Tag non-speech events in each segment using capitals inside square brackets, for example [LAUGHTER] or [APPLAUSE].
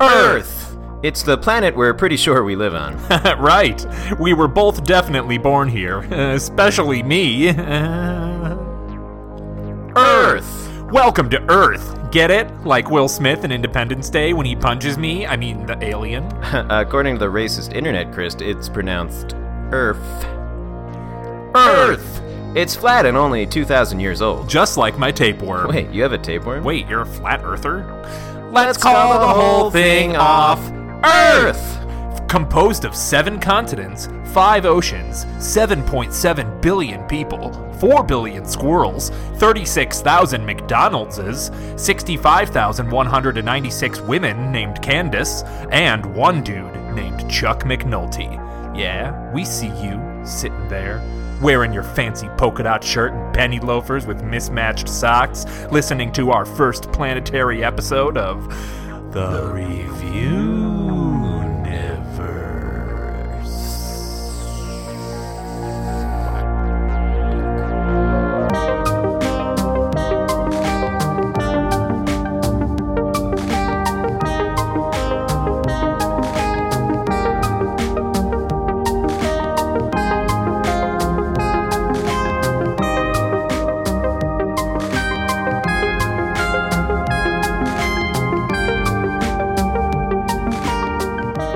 Earth! It's the planet we're pretty sure we live on. [LAUGHS] [LAUGHS] right. We were both definitely born here, [LAUGHS] especially me. [LAUGHS] Earth! [LAUGHS] Welcome to Earth. Get it? Like Will Smith in Independence Day when he punches me? I mean, the alien. According to the racist internet, Chris, it's pronounced Earth. Earth! It's flat and only 2,000 years old. [LAUGHS] Just like my tapeworm. Wait, you have a tapeworm? Wait, you're a flat earther? Let's call the whole thing off Earth! Composed of seven continents, five oceans, 7.7 billion people, 4 billion squirrels, 36,000 McDonald'ses, 65,196 women named Candace, and one dude named Chuck McNulty. Yeah, we see you sitting there, wearing your fancy polka dot shirt and penny loafers with mismatched socks, listening to our first planetary episode of The Review Universe.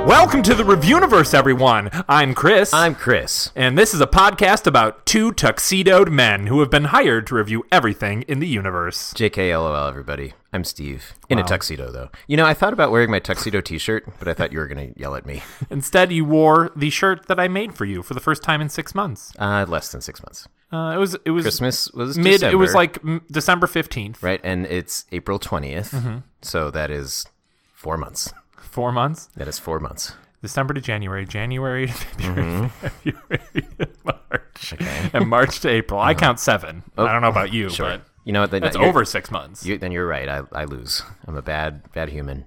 Welcome to the Review Universe, everyone. I'm Chris. I'm Chris. and this is a podcast about two tuxedoed men who have been hired to review everything in the universe. JKLOL, everybody. I'm Steve. In a tuxedo, though. You know, I thought about wearing my tuxedo t shirt, but I thought you were going to yell at me. Instead, you wore the shirt that I made for you for the first time in six months. Uh, less than six months. Uh, it was it was Christmas was mid. It was December. like m- December fifteenth, Right, and it's April 20th. Mm-hmm. So that is four months. four months. That is four months. December to January, January to [LAUGHS] February, Mm-hmm. February to March, [LAUGHS] and March to April. I count seven. I don't know about you, but You know what? Then that's Uh-huh. Oh, you're- over six months. You, then you're right. I, I lose. I'm a bad, bad human.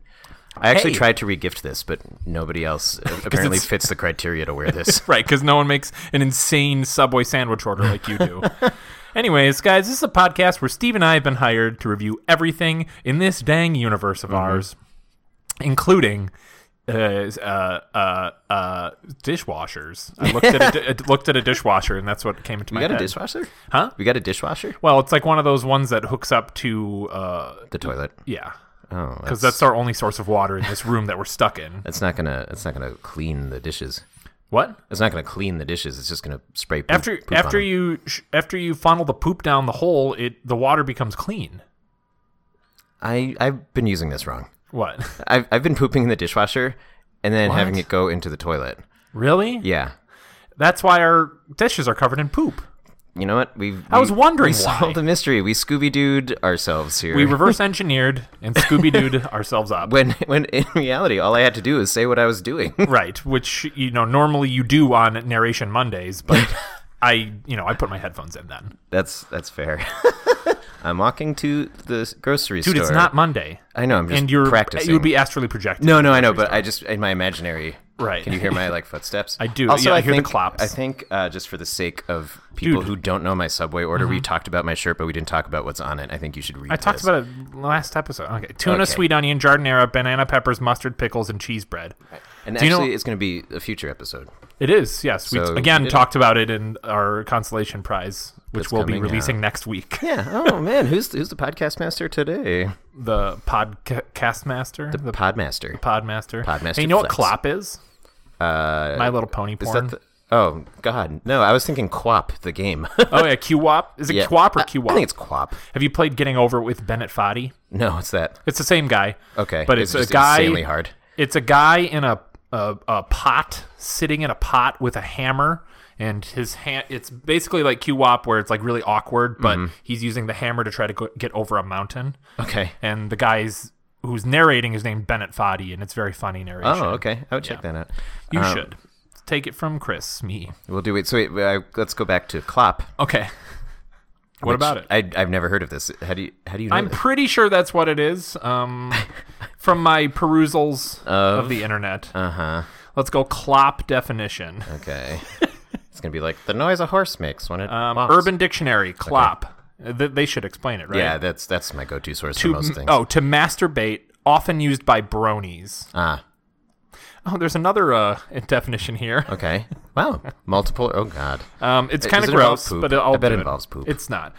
I actually Hey. tried to regift this, but nobody [LAUGHS] else uh, apparently it's- fits the criteria to wear this. [LAUGHS] Right, because no one makes an insane Subway sandwich order like [LAUGHS] you do. Anyways, guys, this is a podcast where Steve and I have been hired to review everything in this dang universe of Mm-hmm. ours, including uh, uh, uh, uh, dishwashers. I looked [LAUGHS] at, a, di- I looked at a dishwasher, and that's what came into we my got a head. dishwasher? Huh? We got a dishwasher? Well, it's like one of those ones that hooks up to, uh, The toilet. yeah, Oh, because that's, that's our only source of water in this room that we're stuck [LAUGHS] in. that's not gonna. That's not gonna clean the dishes. What? It's not gonna clean the dishes. It's just gonna spray poop, after poop after on 'em. you sh- after you funnel the poop down the hole, it the water becomes clean. I I've been using this wrong. [LAUGHS] What? I've I've been pooping in the dishwasher, and then having What? it go into the toilet. Really? Yeah. [LAUGHS] That's why our dishes are covered in poop. You know what? We've. I was we- wondering We why. solved the mystery. We Scooby Dooed ourselves here. We reverse engineered and Scooby Dooed ourselves [LAUGHS] up. when when in reality all I had to do is say what I was doing. [LAUGHS] Right, which you know normally you do on narration [LAUGHS] Mondays, but I you know I put my headphones in then. That's that's fair. [LAUGHS] I'm walking to the grocery Dude, store. it's not Monday. I know. I'm just and you're practicing. you would be astrally projected. no, no, I know, but I just in my imaginary. Right. Can you hear my like footsteps? [LAUGHS] I do. Also, Yeah, I I hear the think, clops. I think uh, just for the sake of people Dude. Mm-hmm. who don't know my subway order, we talked about my shirt, but we didn't talk about what's on it. I think you should read. I talked about it last episode. Okay, tuna, Okay. sweet onion, jardinera, banana peppers, mustard, pickles, and cheese bread. And Do you know- actually, it's going to be a future episode. It is, yes. We So, again yeah. talked about it in our consolation prize, which That's we'll be coming releasing next week. Yeah. Oh man, who's who's the podcast master today? The podcast master, the, The Podmaster. podmaster, Podmaster Hey, you know what Flex. clop is? Uh, My Little Pony Is porn. that the? Oh God, no! I was thinking Quap, the game. [LAUGHS] oh yeah, QWOP. Is it Yeah. QWOP or I- I think QWOP? it's Quap. Have you played Getting Over It with Bennett Foddy? No, it's that. It's the same guy. Okay, but it's, it's just a guy. insanely hard. It's a guy in a, a a pot sitting in a pot with a hammer, and his hand. It's basically like QWOP, where it's like really awkward, but he's using the hammer to try to go, get over a mountain. [LAUGHS] Okay. And the guy's who's narrating is named Bennett Foddy, and it's very funny narration. Oh, okay. I would check that out. You Um, should take it from Chris, me. We'll do it. So wait, uh, let's go back to Klopp. Okay. What which about it? I, I've never heard of this. How do you? How do you know? I'm this? pretty sure that's what it is. [LAUGHS] Um, from my perusals of, the internet. Uh huh. Let's go clop definition. Uh-huh. [LAUGHS] okay. it's gonna be like the noise a horse makes when it. Um, walks. Urban Dictionary clop. Th- they should explain it, right? Yeah, that's that's my go-to source for To, most things. oh, to masturbate often used by bronies. Ah, Oh, there's another uh, definition here. okay. Wow, multiple. Oh God. Um, it's Does kind of it involve gross, poop? but it, I'll I bet do it involves poop. Oh. It's not.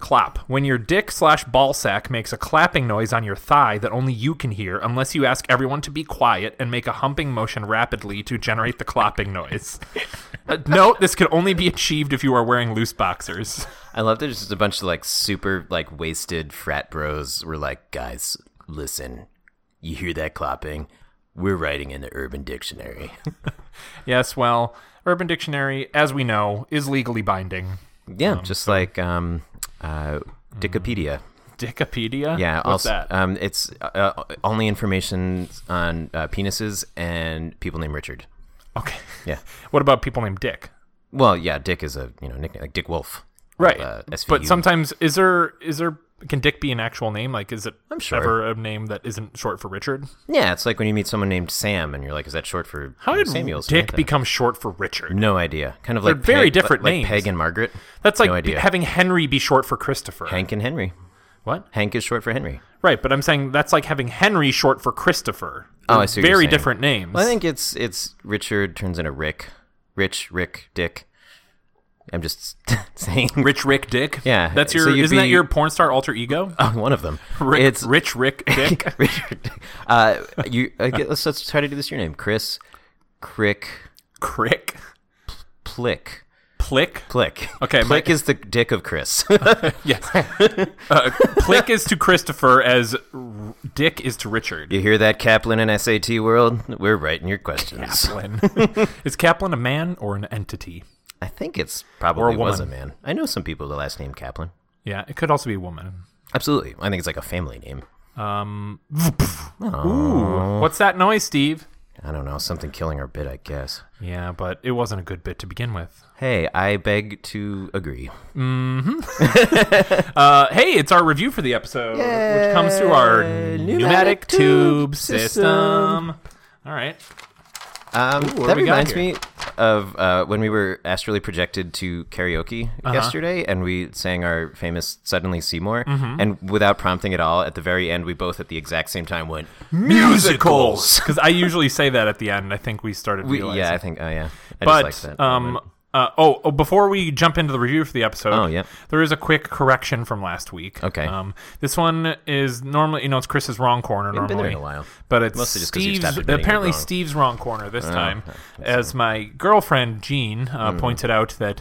Clap. When your dick slash ball sack makes a clapping noise on your thigh that only you can hear, unless you ask everyone to be quiet and make a humping motion rapidly to generate the clapping noise. [LAUGHS] Uh, note: This can only be achieved if you are wearing loose boxers. I love there's just a bunch of like super like wasted frat bros were like, guys, listen, you hear that clapping? We're writing in the Urban Dictionary. [LAUGHS] Yes. Well, Urban Dictionary, as we know, is legally binding. yeah, Oh, just like um, uh, Wikipedia. Dickopedia. Yeah, What's also, that? Um, it's uh, uh, only information on uh, penises and people named Richard. Okay. Yeah. What about people named Dick? Well, yeah, Dick is a you know nickname like Dick Wolf. right uh, SVU. but sometimes is there is there can dick be an actual name like is it I'm sure. ever a name that isn't short for richard Yeah, it's like when you meet someone named Sam and you're like, is that short for how did Samuels? Mm, dick become short for richard No idea. Kind of like They're very Peg- different like, names. Peg and Margaret. that's like no be- idea. having henry be short for christopher Hank and Henry. what Hank is short for Henry. right but i'm saying that's like having henry short for christopher Oh, I They're see what you're very saying. different names Well, I think it's it's Richard turns into Rick, Rich, Rick, Dick. I'm just [LAUGHS] saying rich rick dick Yeah, that's so your you'd isn't that be- your porn star alter ego oh, one of them. rick, it's [LAUGHS] rich rick dick Richard. Uh, you uh, get- let's let's try to do this. Your name, Chris, Crick, crick Plick, plick Plick. Okay, Plick my- is the dick of Chris. [LAUGHS] yes uh, plick is to christopher as r- dick is to richard you hear that, Kaplan and SAT world? We're writing your questions. Kaplan. [LAUGHS] is Kaplan a man or an entity? I think it's Or probably a was a woman. man. I know some people with the last name Kaplan. Yeah, it could also be a woman. Absolutely, I think it's like a family name. Um, ooh, what's that noise, Steve? I don't know, something killing our bit, I guess. Yeah, but it wasn't a good bit to begin with. Hey, I beg to agree. Uh, hey, it's our review for the episode, which comes through our Yay, pneumatic, pneumatic tube tube system. system. All right. Um, what that do we got reminds here? me of uh, when we were astrally projected to karaoke Uh-huh. yesterday, and we sang our famous "Suddenly Seymour," Mm-hmm. and without prompting at all, at the very end, we both at the exact same time went [LAUGHS] musicals. Because I usually say that at the end. I think we started We, realizing. yeah, I think. Oh, yeah. I but just like that. um, uh, oh, oh, before we jump into the review for the episode, Oh, yeah. there is a quick correction from last week. Okay. um, this one is normally you know it's Chris's wrong corner haven't normally, been there in a while. but it's Mostly just 'cause you've Steve's stopped admitting you're apparently wrong. Steve's wrong corner this time, as my girlfriend Jean Hmm. uh, pointed out that.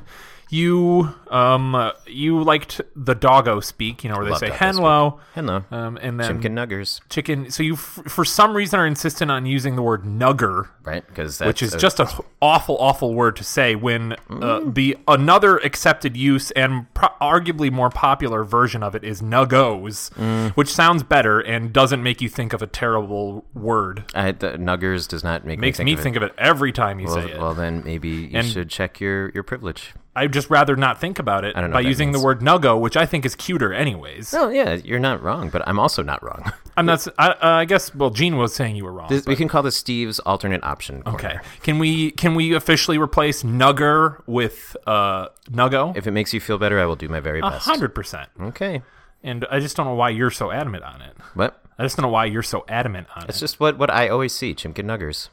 You um uh, you liked the doggo speak, you know, where they Love say doggo speak. "henlo," Hello, um, and then Chimkin Nuggers, chicken. So you, f- for some reason, are insistent on using the word "nugger" right? Because which is just an awful, awful word to say when uh, Mm. the another accepted use and pro- arguably more popular version of it is nuggos, Mm. which sounds better and doesn't make you think of a terrible word. I, the Nuggers does not make Makes me me think of it. think of it every time you Well, say it. well, then maybe you should check your, your privilege. I'd just rather not think about it don't know by what that using the means. word nuggo, which I think is cuter, anyways. No, Oh, yeah, you're not wrong, but I'm also not wrong. [LAUGHS] I'm not. s- I, uh, I guess. Well, Gene was saying you were wrong. we can call this Steve's alternate option. corner. okay. Can we can we officially replace nugger with uh, nuggo? If it makes you feel better, I will do my very best. Hundred percent. Okay. And I just don't know why you're so adamant on it. What? I just don't know why you're so adamant on It's it. just what, what I always see, Chimkin [LAUGHS] Nuggers.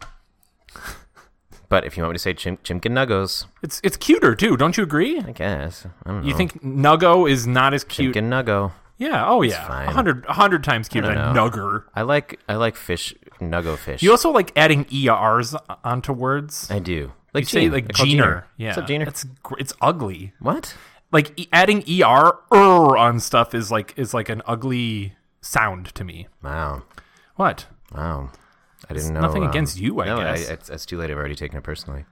But if you want me to say chim- Chimkin Nuggos, It's it's cuter too, don't you agree? I guess. I don't know. You think Nuggo is not as cute? Chimkin Nuggo. Yeah, oh yeah, fine. a hundred a hundred times cuter than don't know. Nugger. I like I like fish Nuggo fish. You also like adding ers onto words. I do. Like You say Gene. like I call Jeaner. Yeah, What's up, Jeaner? It's gr- it's ugly. What? Like e- adding er er on stuff is like is like an ugly sound to me. Wow. What? Wow. I didn't know. nothing um, against you, I no, guess. it's, it's too late. I've already taken it personally.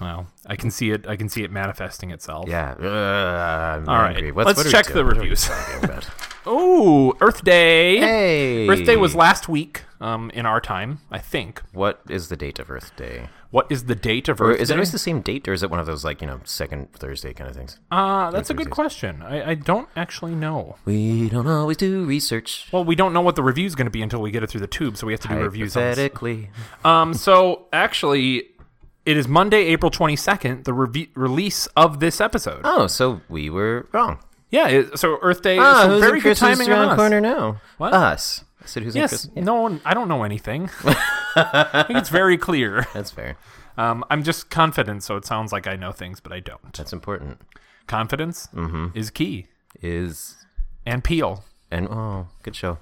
Well, I can see it. I can see it manifesting itself. Yeah. Ugh, I'm All angry. right. What's- Let's what are we check the doing? [LAUGHS] reviews. Talking [LAUGHS] about? oh, Earth Day. Hey. Earth Day was last week um, in our time, I think. What is the date of Earth Day? What is the date of Or Earth is Day? it always the same date, or is it one of those like you know second Thursday kind of things? uh, that's a good question. I, I don't actually know. We don't always do research. Well, we don't know what the review's going to be until we get it through the tube, so we have to do reviews. On this. Hypothetically, Um, so actually, it is Monday, April twenty second, the rev- release of this episode. oh, so we were wrong. Yeah, it, so Earth Day. Ah, so who's very in good Chris's timing on round us. corner now? What? Us. I said who's in Yes, Chris? no one. I don't [LAUGHS] know anything. I think it's very clear. That's fair. Um, I'm just confident, so it sounds like I know things, but I don't. That's important. Confidence Mm-hmm. is key. Is And Peel. and oh, good show.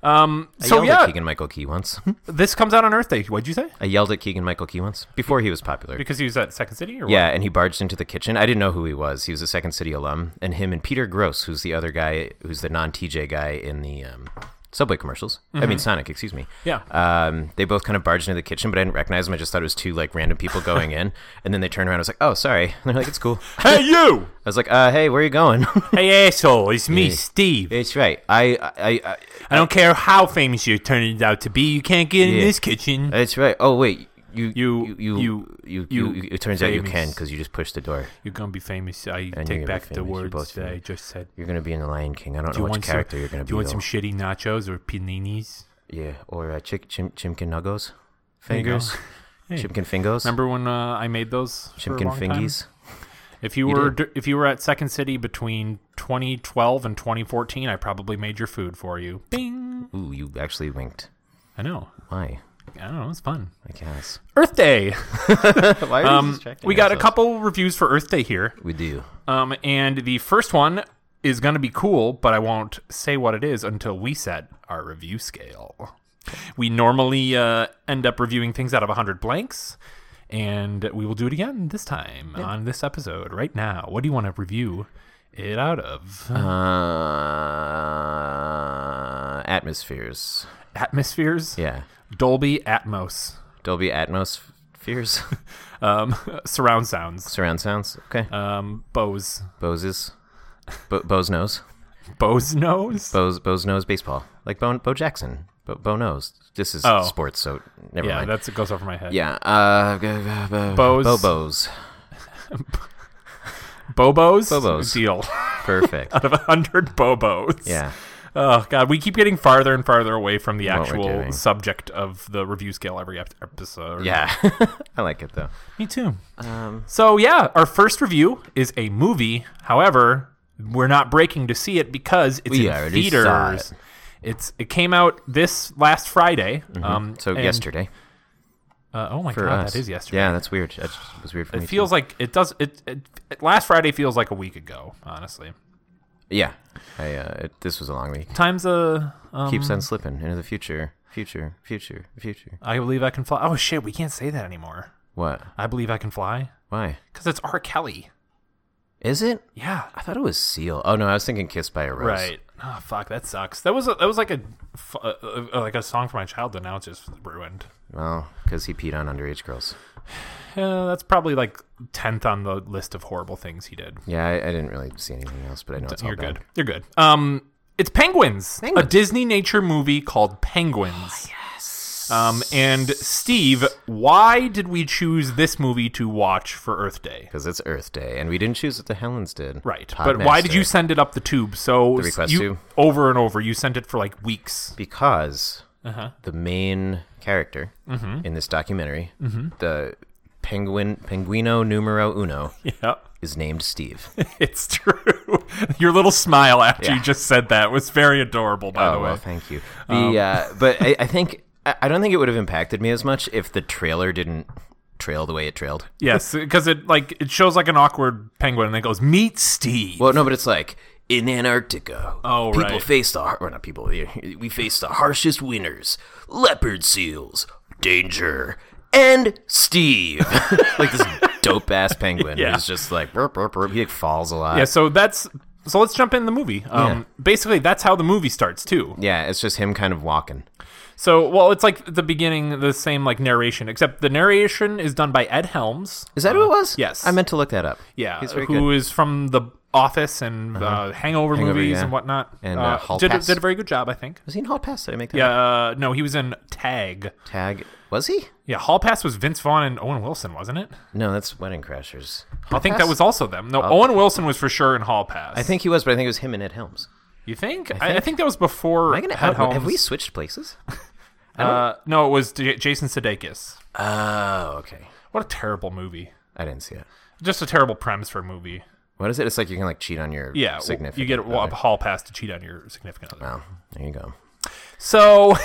Um, I so yelled yeah, at Keegan Michael Key once. [LAUGHS] this comes out on Earth Day. What'd you say? I yelled at Keegan Michael Key once before he was popular. Because he was at Second City, or Yeah, and he barged into the kitchen. I didn't know who he was. He was a Second City alum, and him and Peter Gross, who's the other guy, who's the non-TJ guy in the um, Subway commercials. I mean Sonic, excuse me. Mm-hmm. Yeah. Um, they both kind of barged into the kitchen, but I didn't recognize them. I just thought it was two like random people going [LAUGHS] in, and then they turned around. and was like, "Oh, sorry." [LAUGHS] And they're like, "It's cool." what? Hey you! [LAUGHS] I was like, uh, "Hey, where are you going?" [LAUGHS] hey asshole! It's me, Steve. it's right. I, I, I don't care how famous you're turning out to be. You can't get Yeah. in this kitchen. I, it's right. Oh wait, you, You- you, you, you- you, you you- It turns out you famous. can because you just pushed the door. You're gonna be famous. I you're gonna be take back the famous. You're words both that I famous. just said. You're gonna be in the Lion King. I don't know which character some, you're gonna be. Do you want though. some shitty nachos or paninis? Yeah, or uh, chick chim chimkin nuggos, you go. [LAUGHS] [LAUGHS] fingers, chimkin fingos, Remember when uh, I made those? for a chimkin long time? fingies. If you, You were d if you were at Second City between 2012 and 2014, I probably made your food for you. Bing. Ooh, you actually winked. I know. Why? I don't know. It's fun. I guess. Earth [LAUGHS] Day. Why are you Um, distracting we got a ourselves? couple reviews for Earth Day here. We do. Um, and the first one is going to be cool, but I won't say what it is until we set our review scale. We normally uh, end up reviewing things out of 100 blanks, and we will do it again this time on this episode right now. What do you want to review it out of? Uh, atmospheres. Atmospheres? Yeah. Dolby Atmos. Dolby Atmos [LAUGHS] fears. Um, surround sounds. Surround sounds. Okay. Um, Bose. Bose's. Bo- Bo's nose. Bose nose? Bo's, Bo's nose baseball. Like Bo, Bo Jackson. Bo, Bo knows. This is Oh. sports, so never yeah, mind. that's it goes over my head. yeah. Uh, g- g- bo- Bo's. Bo Bo's. Bobos? Bobos. Deal. [LAUGHS] Perfect. out of 100 Bobos. yeah. Oh god, we keep getting farther and farther away from the we're actual doing. subject of the review scale every ep- episode. Yeah. [LAUGHS] I like it though. me too. Um, So yeah, our first review is a movie. However, we're not breaking to see it because it's We in already saw theaters. It's it came out this last Friday. Um, Mm-hmm. so and- yesterday Uh, oh my for god, us. that is yesterday. Yeah, that's weird. That just was weird for me. It feels like it does. It, it, it last Friday feels like a week ago. Honestly, too. Yeah. I, uh, it, this was a long week. time's a. Um, Keeps on slipping into the future, future, future, future. I believe I can fly. Oh shit, we can't say that anymore. What? I believe I can fly Why? because it's R. Kelly. Is it? Yeah. I thought it was Seal. Oh no, I was thinking Kissed by a Rose. Right. Oh fuck, that sucks. That was a, that was like a, f- uh, uh, like a song from my childhood. Now it's just ruined. Well, because he peed on underage girls. Uh, that's probably like tenth on the list of horrible things he did. Yeah, I, I didn't really see anything else, but I know it's all You're bad. good. You're good. Um, it's Penguins, a Penguins. Ah, Disney nature movie called Penguins. yes. Um, and Steve, why did we choose this movie to watch for Earth Day? Because it's Earth Day, and we didn't choose what the Helens did. Right, but why did Podmaster. you send it up the tube so The request you, tube? over and over? You sent it for [LAUGHS] like weeks. because the main character in this documentary, the penguin Penguino Numero Uno, Yeah. is named Steve. [LAUGHS] It's true. [LAUGHS] Your little smile after Yeah. you just said that was very adorable, by the oh way. well, thank you. The uh, but I, I think I, I don't think it would have impacted me as much if the trailer didn't trail the way it trailed. yes, because it like it shows like an awkward penguin and it goes, "Meet Steve." Well, no, but it's like in Antarctica. Oh, people right. face the har- or not people. We face the harshest winters. Leopard seals, danger, and Steve, [LAUGHS] like this dope ass penguin [LAUGHS] Yeah. who's just like burp, burp, burp. he like falls a lot. yeah, so that's so let's jump in the movie. Um, Basically, that's how the movie starts too. Yeah, it's just him kind of walking. So, well, it's like the beginning, the same like narration, except the narration is done by Ed Helms. Is that who it was? Uh-huh. yes. I meant to look that up. Yeah, who he's is very good. Uh-huh. from the Office and uh, Hangover, Hangover, movies yeah. and whatnot. And, uh, Hall did a- Pass. did a very good job, I think. Was he in Hall Pass? Did I make that up? Yeah, uh, no, he was in Tag. tag? Was he? Yeah, Hall Pass was Vince Vaughn and Owen Wilson, wasn't it? No, that's Wedding Crashers. I think that was also them. No, Owen Wilson was for sure in Hall Pass. Oh. I think he was, but I think it was him and Ed Helms. You think? I think, I, think that was Am before. I gonna Ed out- have Helms. we switched [LAUGHS] places? Uh, no, it was J- Jason Sudeikis. Oh, okay. What a terrible movie! I didn't see it. Just a terrible premise for a movie. What is it? It's like you can like cheat on your Yeah, w- significant. you get a other. Hall Pass to cheat on your significant other. Wow, there you go. So,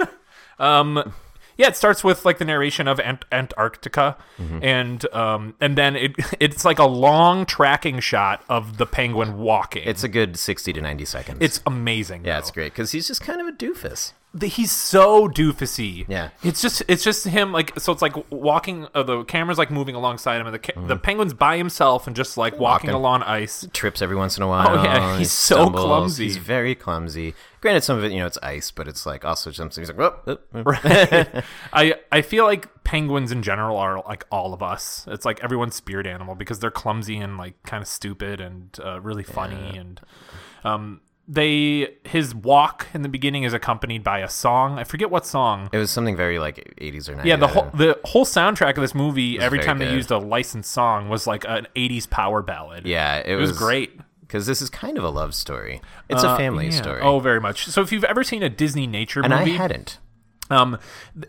[LAUGHS] um, yeah, it starts with like the narration of Ant- Antarctica, Mm-hmm. and um, and then it [LAUGHS] it's like a long tracking shot of the penguin walking. It's a good 60 to 90 seconds. it's amazing. yeah, though. it's great because he's just kind of a doofus. The- he's so doofusy. Yeah. it's just it's just him like so it's like walking. Uh, the camera's like moving alongside him, and the ca- the penguin's by himself and just like walking, Mm-hmm. Walking. along ice. Trips every once in a while. Oh, yeah, he he's so stumbles, clumsy. He's very clumsy. Granted, some of it, you know, it's ice, but it's like also something. He's like, whoop, whoop, whoop. [LAUGHS] I I feel like penguins in general are like all of us. It's like everyone's spirit animal because they're clumsy and like kind of stupid and uh, really funny and um they his walk in the beginning is accompanied by a song. I forget what song. It was something very like 80s or 90s. Yeah, the whole the whole soundtrack of this movie every very time they good. used a licensed song was like an 80s power ballad. Yeah, it, It was great. Because this is kind of a love story. It's a family Yeah. story. Oh, very much. So if you've ever seen a Disney nature and I movie, hadn't. Um,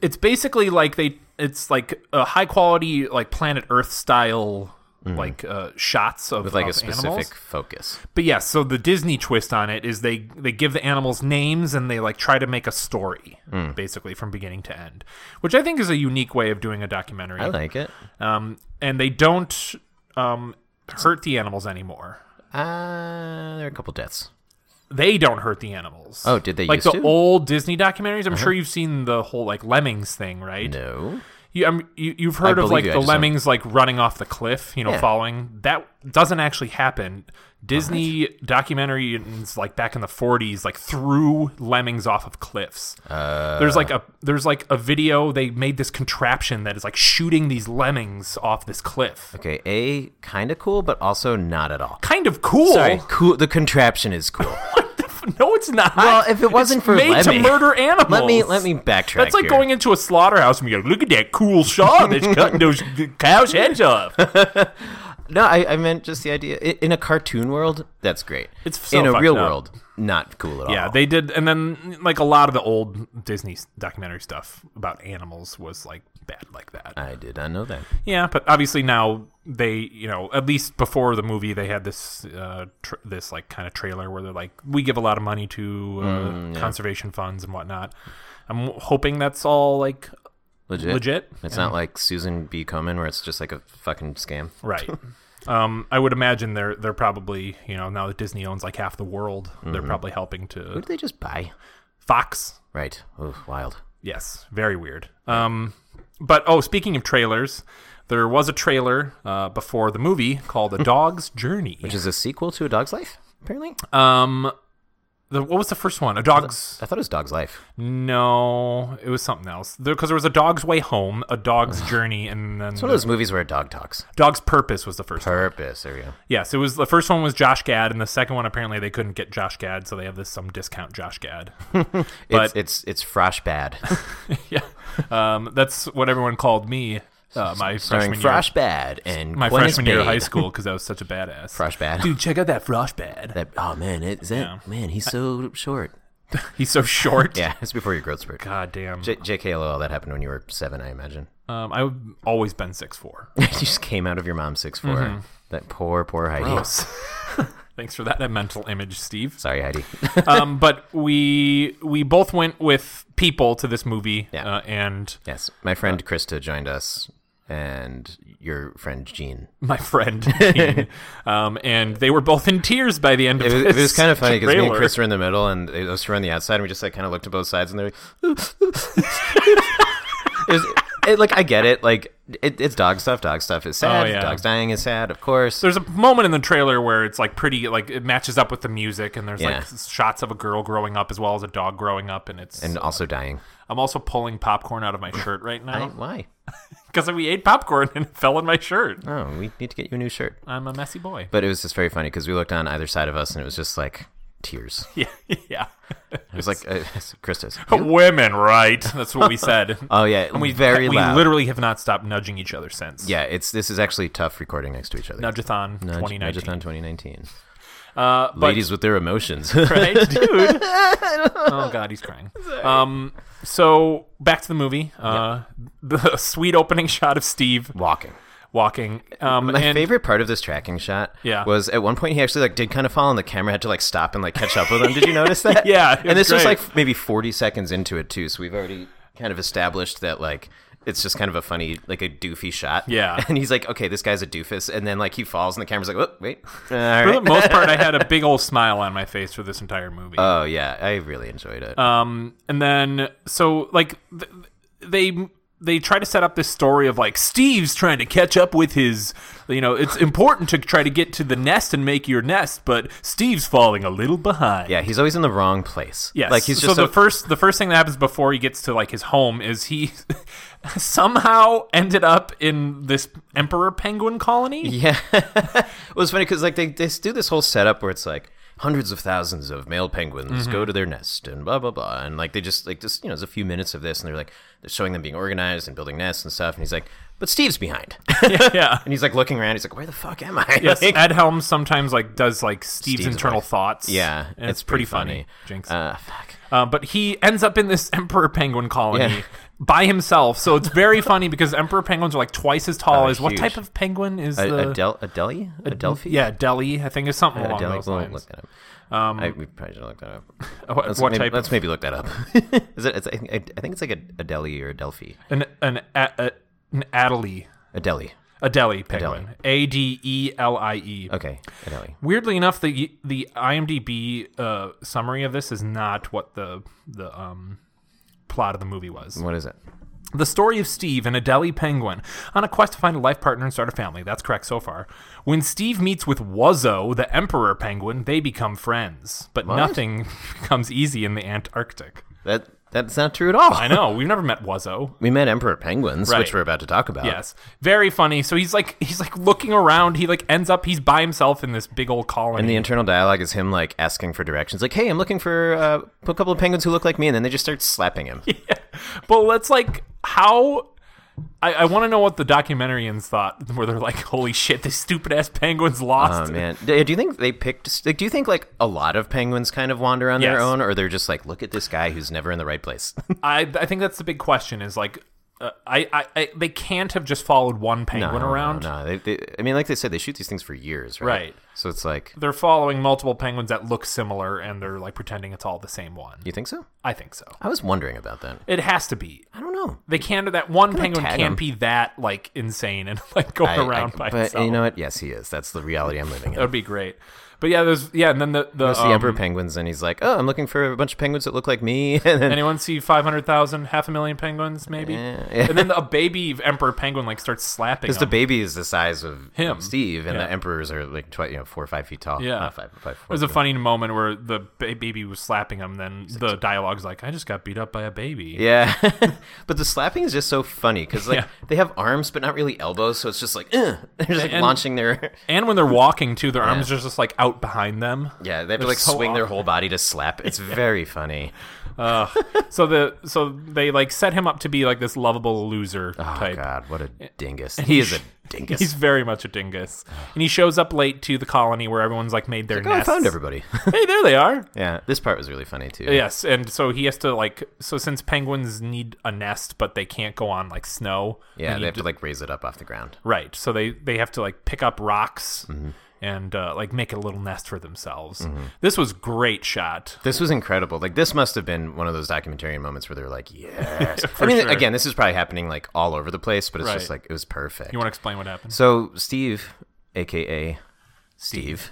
it's basically like they, it's like a high quality, like Planet Earth style, like uh, shots of Mm. With like a of specific Animals. focus. But yeah, so the Disney twist on it is they they give the animals names and they like try to make a story Mm. basically from beginning to end, which I think is a unique way of doing a documentary. I like it. Um, and they don't um hurt the animals anymore. Uh, there are a couple deaths. They don't hurt the animals. Oh, did they like used the to? Uh-huh. old Disney documentaries? I'm sure you've seen the whole like lemmings thing, right? No. You, um, you you've heard of believe like you, I the just don't- lemmings like running off the cliff, you know, Yeah. following. That doesn't actually happen. Disney documentaries like back in the 40s like threw lemmings off of cliffs. Uh. there's like a there's like a video they made this contraption that is like shooting these lemmings off this cliff. Okay, A, kind of cool, but also not at all. Kind of cool. Sorry, cool. The contraption is cool. [LAUGHS] No, it's not. Well, if it wasn't It's for made to lemming- murder animals. let me let me backtrack. That's like here. going into a slaughterhouse and you go, look at that cool saw that's cutting [LAUGHS] those cows' heads off. No, I, I meant just the idea. I- In a cartoon world, that's great. It's so in a fucked real up. world, not cool at all. Yeah, they did, and then like a lot of the old Disney s- documentary stuff about animals was like bad like that. [LAUGHS] I did not know that. yeah, but obviously now they, you know, at least before the movie, they had this uh, tr- this like kind of trailer where they're like, we give a lot of money to uh, conservation funds and whatnot. I'm hoping that's all like Legit. legit, It's not like Susan B. Komen, where it's just like a fucking scam. right? um, I would imagine they're they're probably you know now that Disney owns like half the world, they're probably helping Who to did they just buy? Fox Right. Oh, wild. Yes, very weird. Um, but oh, speaking of trailers, there was a trailer uh, before the movie called A Dog's Journey. Hmm. Which is a sequel to A Dog's Life, apparently. um, the, what was the first one? A Dog's I thought it was Dog's Life. No, it was something else. Because there was A Dog's Way Home, [SIGHS] A Dog's Journey, and then It's one of those movies where a dog talks. Dog's Purpose was the first. one. Purpose. There we go. Yes, it was the first one was Josh Gad, and the second one apparently they couldn't get Josh Gad, so they have this some discount Josh Gad. [LAUGHS] It's it's it's Frosh Bad. yeah, um, that's what everyone called me uh, my Starring freshman year. Frosh Bad and my Gwen is freshman year of Bade. high school because I was such a badass. Frosh Bad. Dude, check out that frosh [LAUGHS] bad. That, oh man, it, is that man, he's so short. He's so [LAUGHS] short. Yeah, it's before your growth spurt. God damn. J- JKLOL, that happened when you were seven, I imagine. Um, I've always been six four. [LAUGHS] you Mm-hmm. just came out of your mom's six four. That poor, poor Heidi. Thanks for that mental image, [LAUGHS] Steve. Sorry, [LAUGHS] Heidi. Um, but we we both went with people to this movie, Yeah. uh, and yes, my friend Krista joined us, and your friend Jean. [LAUGHS] my friend, Dean. um, and they were both in tears by the end of It was, this. it was kind of funny because me and trailer. Chris were in the middle, and it was around the outside, and we just like kind of looked at both sides, and they're like, [LAUGHS] it was, it, like I get it, like it, it's dog stuff. Dog stuff is sad. Oh, yeah. Dogs dying is sad, of course. there's a moment in the trailer where it's like pretty, like it matches up with the music, and there's Yeah. like shots of a girl growing up as well as a dog growing up, and it's and also dying. I'm also pulling popcorn out of my shirt right I, now why? because we ate popcorn and it fell in my shirt. Oh, we need to get you a new shirt. I'm a messy boy. But it was just very funny because we looked on either side of us, and it was just like tears. [LAUGHS] Yeah, yeah. It was like uh, [LAUGHS] Krista's. Women, right? [LAUGHS] That's what we said. Oh yeah, And [LAUGHS] we very we loud. literally have not stopped nudging each other since. yeah, it's this is actually tough recording next to each other. Nudgeathon Nudge- 2019. [LAUGHS] Nudgeathon 2019. Uh, but, Ladies with their emotions. [LAUGHS] [LAUGHS] right, dude. oh god, he's crying. Um, [LAUGHS] so back to the movie. Uh, the sweet opening shot of Steve Walking. walking. Um, [LAUGHS] My and favorite part of this tracking shot Yeah. was at one point he actually like did kind of fall and the camera had to like stop and like catch up with him. [LAUGHS] Did you notice that? Yeah, it And was this was great. like maybe 40 seconds into it too, so we've already kind of established that like it's just kind of a funny like a doofy shot. Yeah. [LAUGHS] And he's like, "Okay, this guy's a doofus." And then like he falls and the camera's like, "Whoa, wait." [LAUGHS] All right. for the most part, I had [LAUGHS] a big old smile on my face for this entire movie. Oh yeah, I really enjoyed it. Um, and then so like th- they they try to set up this story of like Steve's trying to catch up with his you know it's important to try to get to the nest and make your nest, but Steve's falling a little behind. yeah, he's always in the wrong place. Yes. Like he's just so so, the first the first thing that happens before he gets to like his home is he [LAUGHS] somehow ended up in this emperor penguin colony. Yeah. [LAUGHS] well, it's funny because like they, they do this whole setup where it's like hundreds of thousands of male penguins Mm-hmm. go to their nest and blah blah blah and like they just like this you know there's a few minutes of this and they're like they're showing them being organized and building nests and stuff and he's like but Steve's behind and [LAUGHS] yeah. he's like looking around he's like where the fuck am I [LAUGHS] Yes, Like- Ed Helms sometimes like does like Steve's, Steve's internal life. thoughts. yeah and it's, pretty, funny. Jinx. uh, fuck Uh, but he ends up in this [LAUGHS] emperor penguin colony Yeah. by himself. So it's very funny because emperor penguins are like twice as tall Oh, as what huge. type of penguin is a, the Adel- Adelphi Adelphi Yeah, Delhi. I think is something along Adel- those we'll lines. look that up um I, we probably should look that up [LAUGHS] What, let's, what maybe, type? let's maybe look that up [LAUGHS] is it it's, I, think- I think it's like a, a Delhi or a Delphi An an a, a, an Adelie, a Delhi a Delhi penguin. A D E L I E. okay a Delhi Weirdly enough, the the IMDb uh, summary of this is not what the the um, plot of the movie was. What is it? The story of Steve and a Delhi penguin on a quest to find a life partner and start a family. That's correct so far. When Steve meets with Wuzzo, the emperor penguin, they become friends. But nothing [LAUGHS] comes easy in the Antarctic. That that's not true at all. I know, we've never met Wuzzo. We met emperor penguins, Right. which we're about to talk about. Yes. Very funny. So he's like he's like looking around, he like ends up he's by himself in this big old colony. And the internal dialogue is him like asking for directions, like, "Hey, I'm looking for uh, a couple of penguins who look like me," and then they just start slapping [LAUGHS] him. but let's like how I, I want to know what the documentarians thought, [LAUGHS] where they're like, "Holy shit, this stupid ass penguin's Oh lost." man, do do you think they picked? Like, do you think like a lot of penguins kind of wander on Yes. their own, or they're just like, "Look at this guy who's never in the right [LAUGHS] place." I I think that's the big question is like uh, I, I I they can't have just followed one penguin around. No, no, they, they, I mean, like they said, they shoot these things for years, right? Right. So it's like, They're following multiple penguins that look similar and they're like pretending it's all the same one. you think so? I think so. I was wondering about that. It has to be. I don't know. They can't that one penguin tag can't him. be that like insane and like going I- I- around by but itself. you know what? Yes, he is. That's the reality I'm [LAUGHS] living in. that would be great. But yeah, there's yeah, and then the the, It's the um, emperor penguins, and he's like, "Oh, I'm looking for a bunch of penguins that look like me." [LAUGHS] And then, Anyone see 500,000, half a million penguins, maybe? And then a baby emperor penguin like starts slapping. because the him. baby is the size of Him. Steve, and Yeah. the emperors are like twi- you know four or five feet tall. Yeah. Not five, five, four. There's a funny moment where the ba- baby was slapping him. Then the dialogue's like, "I just got beat up by a baby." yeah, [LAUGHS] but the slapping is just so funny because like Yeah. they have arms but not really elbows, so it's just like Ugh. [LAUGHS] they're just like And- launching their [LAUGHS] And when they're walking too, their arms are just like out behind them. yeah they have They're to like so swing their awkward. whole body to slap. It's very funny. So the so they like set him up to be like this lovable loser Oh type. God, what a dingus! He is a dingus. [LAUGHS] He's very much a dingus, and he shows up late to the colony where everyone's like made their oh, I nests. found everybody. [LAUGHS] Hey, there they are. yeah, this part was really funny too. Yes, and so he has to like so since penguins need a nest, but they can't go on like snow. yeah, and they he have d- to like raise it up off the ground. Right. So they they have to like pick up rocks Mm-hmm. and uh, like make a little nest for themselves. This was great shot. This was incredible. Like this must have been one of those documentarian moments where they're [LAUGHS] like, "Yes." I mean, sure. again, this is probably happening like all over the place, but it's just Right. like it was perfect. You want to explain [LAUGHS] what happened? so Steve, aka Steve,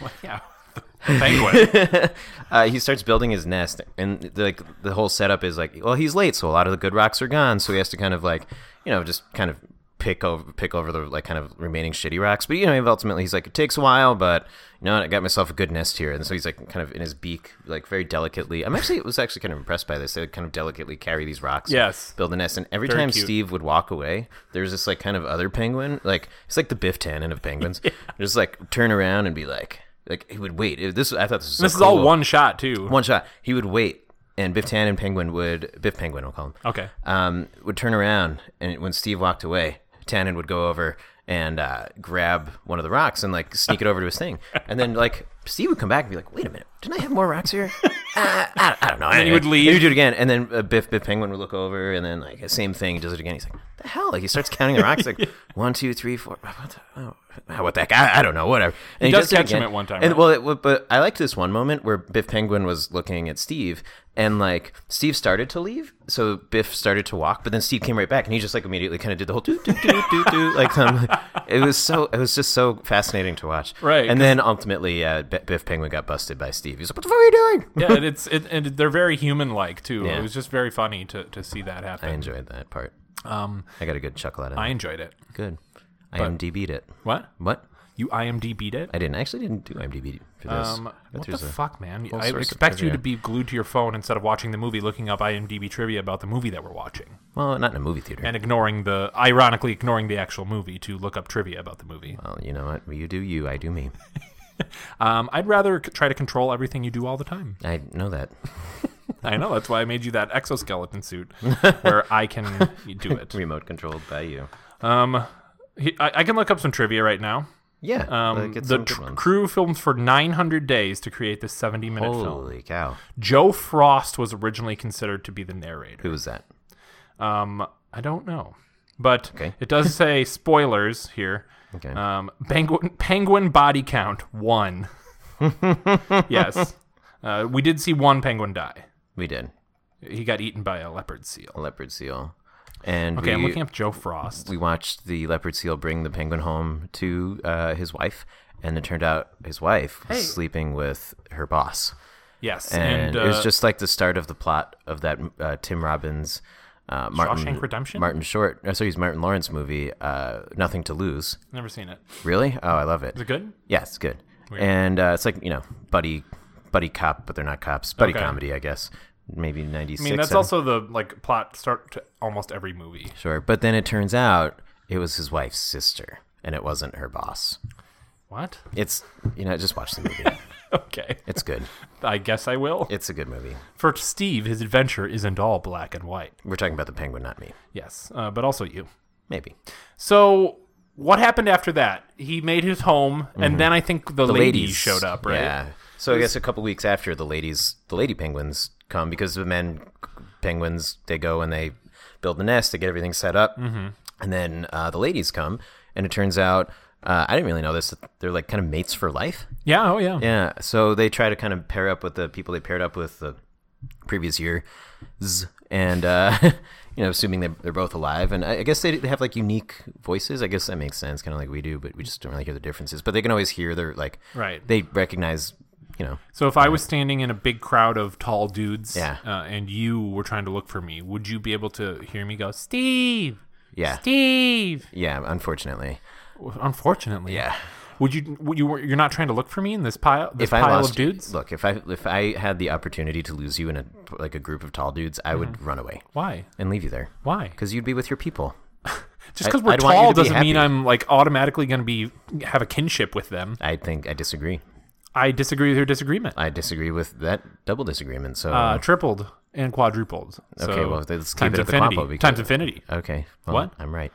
Well, [LAUGHS] yeah. [LAUGHS] Penguin. uh, he starts building his nest, and like the whole setup is like, well, he's late, so a lot of the good rocks are gone, so he has to kind of like, you know, just kind of pick over pick over the like kind of remaining shitty rocks. But you know, ultimately, he's like, it takes a while, but you know, I got myself a good nest here, and so he's like, kind of in his beak, like very delicately. I'm actually was actually kind of impressed by this. They would kind of delicately carry these rocks, Yes. build a nest, and every Very time cute. Steve would walk away, there's this like kind of other penguin, like it's like the Biff Tannen of [LAUGHS] penguins, just like turn around and be like. Like he would wait. This I thought this was so this is all cool one shot too. one shot. He would wait, and Biff Tannen Penguin would Biff Penguin, we'll call him. Okay. [LAUGHS] Um, would turn around, and when Steve walked away, Tannen would go over and uh, grab one of the [LAUGHS] rocks and like sneak it over to his thing, and then like Steve would come back and be like, "Wait a minute, didn't I have more rocks here?" "Ah, I, I don't know. then you would leave. You do it again, and then uh, Biff Biff Penguin would look over, and then like same thing, he does it again. He's like, "The hell!" Like he starts counting the rocks, like [LAUGHS] one, two, three, four. What the, oh, how about that guy? I don't know. Whatever. And does it catch him again. at one time, And right? well, it, wa- but I liked this one moment where Biff Penguin was looking at Steve, and like Steve started to leave, so Biff started to walk, but then Steve came right back, and he just like immediately kind of did the whole do do do do do [LAUGHS] like um, it was so it was just so fascinating to watch. Right, And then ultimately, uh, B- Biff Penguin got busted by Steve. He's like, "What the fuck are you doing?" yeah, and it's it, and they're very human like too. Yeah. It was just very funny to, to see that happen. I enjoyed that part. um, I got a good chuckle out of it. I enjoyed it. Good. IMDb beat it. What What? you IMD beat it? I didn't I actually didn't do IMDb for this. uh, Um, But what the there's a- fuck, man? I sorts of expect you to trivia. be glued to your phone instead of watching the movie, looking up IMDb trivia about the movie that we're watching, well, not in a movie theater. and ignoring the, ironically ignoring the actual movie to look up trivia about the movie. well, you know what? You do you. I do me. Um, I'd rather c- try to control everything you do all the time. I know that. I know that's why I made you that [LAUGHS] exoskeleton suit where I can do it. Remote controlled by you. Um, he, I, I can look up some trivia right now. Yeah. Um, like, it's the some good tr- ones. crew filmed for 900 days to create this 70 minute film. Holy cow. Joe Frost was originally considered to be the narrator. Who was that? Um, I don't know, but Okay. it does say [LAUGHS] spoilers here. Okay. Um, penguin, penguin body count one. [LAUGHS] yes, uh, we did see one penguin die. we did. He got eaten by a leopard seal. A leopard seal. And Okay, I'm we, looking up Joe Frost. we watched the leopard seal bring the penguin home to uh, his wife, and it turned out his wife was Hey. sleeping with her boss. Yes, and, and, uh, it was just like the start of the plot of that uh, Tim Robbins, uh, Martin Shawshank Redemption? Martin Short. Uh, sorry, it's Martin Lawrence movie, uh, Nothing to Lose. never seen it. Really? Oh, I love it. Is it good? Yeah, it's good. And uh, it's like you know, buddy, buddy cop, but they're not cops. Buddy Okay. comedy, I guess. Maybe ninety six. I mean, that's also the like plot start to almost every movie. sure. But then it turns out it was his wife's sister, and it wasn't her boss. What? [LAUGHS] It's you know, just watch the movie. Okay, it's good. I guess I will. It's a good movie. For Steve, his adventure isn't all black and white. We're talking about the penguin, not me. Yes, uh, but also you. Maybe. So what happened after that? He made his home, and then I think the, ladies, showed up, right? Mm-hmm. Yeah. So I guess a couple weeks after the ladies, the lady penguins come because the men penguins they go and they build the nest, they get everything set up, mm-hmm. and then uh, the ladies come, and it turns out uh, I didn't really know this that they're like kind of mates for life. Yeah. Oh, yeah. Yeah. So they try to kind of pair up with the people they paired up with the previous year, Z, and uh, [LAUGHS] you know, assuming they're, they're both alive, and I, I guess they, they have like unique voices. I guess that makes sense, kind of like we do, but we just don't really hear the differences. But they can always hear their like Right. They recognize, you know, So if I was standing in a big crowd of tall dudes, Yeah. uh, and you were trying to look for me, would you be able to hear me go, Steve? yeah, Steve. yeah. Unfortunately, Unfortunately. Would you? Would you? You're not trying to look for me in this pile. This If I pile lost of dudes. look, if I if I had the opportunity to lose you in a like a group of tall dudes, I would run away Why? and leave you there Mm-hmm. Why? because you'd be with your people. Just because I- we're I'd want you tall to be doesn't mean happy. I'm like automatically going to be have a kinship with them. I think I disagree. I disagree with your disagreement. I disagree with that double disagreement. So uh, tripled and quadrupled. So Oh. Okay, well, let's keep times it at the infinity. quadruple because- times infinity. Okay. Well, What? I'm right.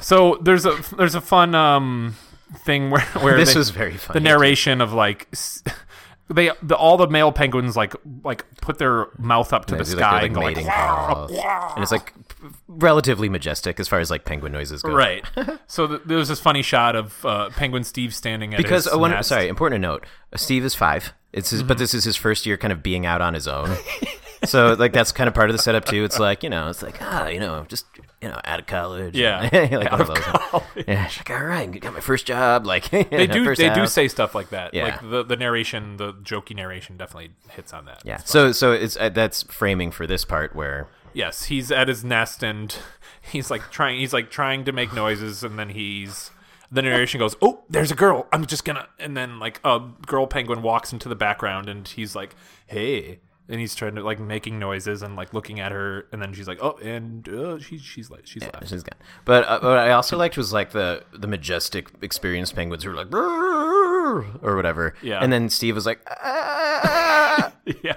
So there's a there's a fun um thing where [LAUGHS] where This they- was very funny. the narration of like. s- [LAUGHS] They the, all the male penguins like like put their mouth up to the It's like sky they're, and go like, like mating calls. and it's like relatively majestic as far as like penguin noises go. [LAUGHS] right. so th- there was this funny shot of uh, penguin Steve standing at Because his oh, one, nest. sorry, important to note. uh, Steve is five. It's his, Mm-hmm. but this is his first year kind of being out on his own. [LAUGHS] so like that's kind of part of the setup too. It's like you know, it's like ah, you know, just you know, out of college. Yeah. [LAUGHS] like one of those. Yeah, it's like all right, got my first job. Like [LAUGHS] [LAUGHS] they do they do say stuff like that. Yeah. Like the, the narration, the jokey narration definitely hits on that. Yeah. So so it's uh, that's framing for this part where Yes, he's at his nest and [LAUGHS] he's like trying. He's like trying to make noises, and then he's the narration goes, "Oh, there's a girl. I'm just gonna." And then like a girl penguin walks into the background, and he's like, "Hey." And he's trying to like making noises and like looking at her, and then she's like, "Oh," and uh, she's she's like she's left. Oh, She's gone. But uh, what I also liked was like the the majestic, experienced penguins who were like "Brrr," or whatever. Yeah. And then Steve was like, "Ah." [LAUGHS] Yeah.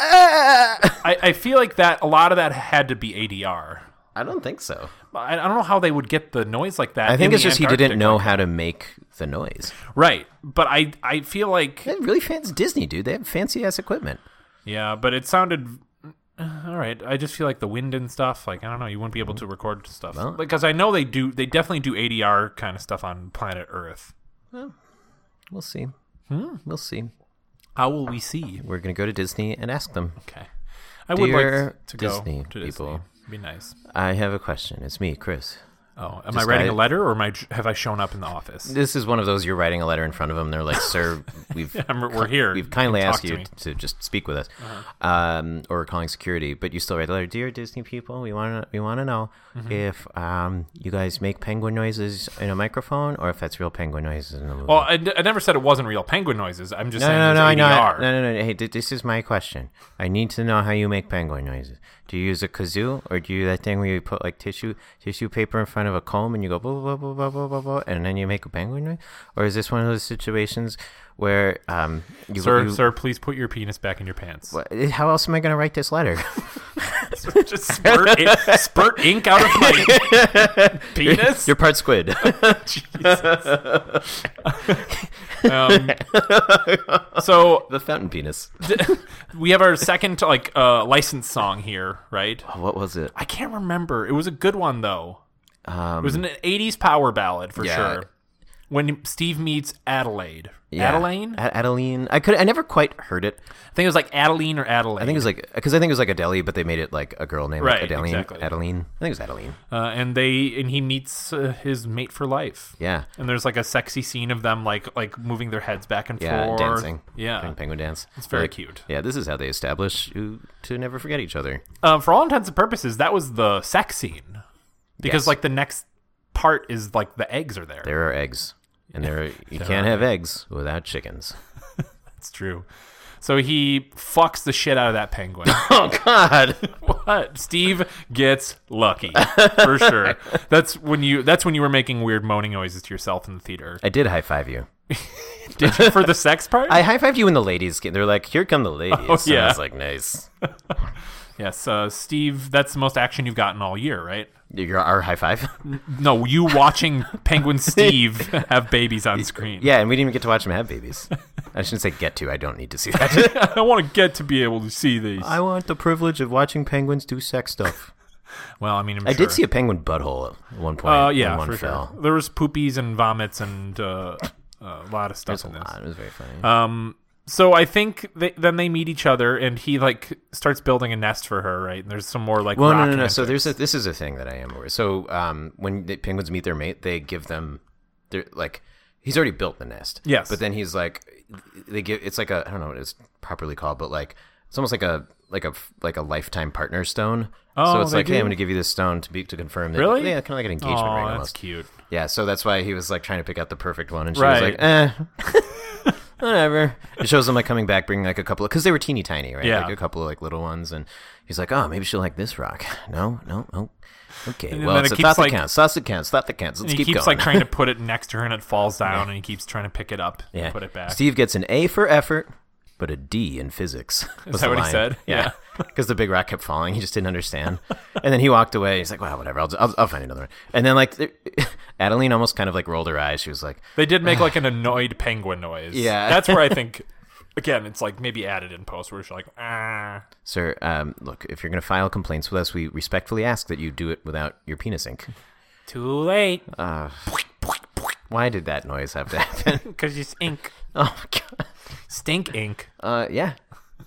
I, I feel like that a lot of that had to be ADR. I don't think so. I, I don't know how they would get the noise like that. I think it's just he didn't know how to make the noise. Right. But I I feel like It really fans Disney, dude. They have fancy ass equipment. yeah, but it sounded uh, all right. I just feel like the wind and stuff. Like I don't know, you wouldn't be Mm-hmm. able to record stuff Well- because I know they do. They definitely do ADR kind of stuff on planet Earth. We'll see. Hmm. We'll see. How will we see? We're gonna go to Disney and ask them. Okay, I would Dear like to Disney go to people. Disney. Be nice. I have a question. It's me, Chris. Oh, am I Just writing I- a letter or am I have I shown up in the office? This is one of those you're writing a letter in front of them. and They're like, [LAUGHS] "Sir, we've I'm, we're here. we've kindly Talk asked to you me. Uh-huh. to just speak with us, um, or we're calling security." But you still write the letter, "Dear Disney people, we want to we want to know Mm-hmm. if um, you guys make penguin noises in a microphone, or if that's real penguin noises in a movie." Well, I, d- I never said it wasn't real penguin noises. I'm just No, saying no, no, I it's know. ADR. No, no, no. Hey, th- this is my question. I need to know how you make penguin noises. Do you use a kazoo, or do you do that thing where you put like tissue tissue paper in front of a comb and you go blah blah blah blah blah blah, blah and then you make a penguin noise? Or is this one of those situations where um, you, Sir, you- sir, please put your penis back in your pants. What- eh, How else am I going to write this letter? [LAUGHS] Just spurt, in, spurt ink out of my [LAUGHS] [LAUGHS] penis. You're part [LAUGHS] squid. Um, so the fountain [LAUGHS] penis. we have our second like uh, licensed song here, right? Oh, what was it? I can't remember. It was a good one though. Um, It was an '80s power ballad for Yeah. sure. When Steve meets Adelaide, Yeah. Adeline. A- Adeline. I could. I never quite heard it. I think it was like Adeline or Adelaide. I think it was like because I think it was like Adele, but they made it like a girl named Right, Adeline. exactly. Adeline. I think it was Adeline. uh, and they and he meets uh, his mate for life. Yeah. And there's like a sexy scene of them like like moving their heads back and Yeah, forth. dancing. Yeah. Doing penguin dance. It's very cute. Yeah, this is how they establish who to never forget each other. Uh, for all intents and purposes, that was the sex scene. Because Yes. like the next part is like the eggs are there. There are eggs, and [LAUGHS] there are, you can't have eggs without chickens. That's true. So he fucks the shit out of [LAUGHS] that penguin. Oh God! what? Steve gets lucky for sure. That's when you. That's when you were making weird moaning noises to yourself in the theater. I did high five you. Did you for the sex part? I high fived you when the ladies came. They're like, "Here come the ladies." [LAUGHS] Oh, And yeah. I was like, "Nice." yes, uh, Steve. That's the most action you've gotten all year, right? You're our high [LAUGHS] five. No, you watching [LAUGHS] Penguin Steve have babies on screen. yeah, and we didn't even get to watch them have babies. I shouldn't say get to. I don't need to see that. I want to get to be able to see these. [LAUGHS] I want the privilege of watching penguins do sex stuff. well, I mean, [LAUGHS] I'm I did see a penguin butthole at one point. Uh, in yeah, one for fell. sure. There was poopies and vomits and uh, a lot of stuff It's a in this. lot. It was very funny. Um, so I think they, then they meet each other, and he like starts building a nest for her, right? And there's some more like Well, rock no, no, no. antics. So there's a, this is a thing that I am aware. So um, when the penguins meet their mate, they give them their like he's already built the nest. Yes. but then he's like they give it's like a I don't know what it's properly called, but like it's almost like a like a like a lifetime partner stone. Oh, so it's they like hey, do? I'm going to give you this stone to be to confirm that. Really? Yeah, kind of like an engagement Aw, ring that's almost. cute. Yeah, so that's why he was like trying to pick out the perfect one, and she was Right. like, eh. [LAUGHS] Whatever. It shows him like coming back, bringing like a couple of because they were teeny tiny, right? Yeah. Like a couple of like little ones, and he's like, "Oh, maybe she'll like this rock." No, no, oh, okay. And well, then it's it a keeps, thought that like- counts. Thought that counts. Thought that counts. Let's And he keep keeps going. like trying to put it next to her, and it [LAUGHS] falls down, and he keeps trying to pick it up, and yeah. put it back. Steve gets an A for effort, but a D in [LAUGHS] physics. was the that what he line. said? Yeah. [LAUGHS] Because the big rock kept falling, he just didn't [LAUGHS] understand. and then he walked away. He's like, "Wow, whatever. I'll, I'll, I'll find another one." And then like, [LAUGHS] Adeline almost kind of like rolled her eyes. She was like, They [LAUGHS] did make like an annoyed penguin noise. Yeah. [LAUGHS] that's where I think. Again, it's like maybe added in post where she's like, ah. Sir, um, look, if you're going to file complaints with us, we respectfully ask that you do it without your penis ink. [LAUGHS] Too late, Uh. [LAUGHS] Why did that noise have to happen? [LAUGHS] because it's ink, oh, my God. stink ink, Uh, yeah.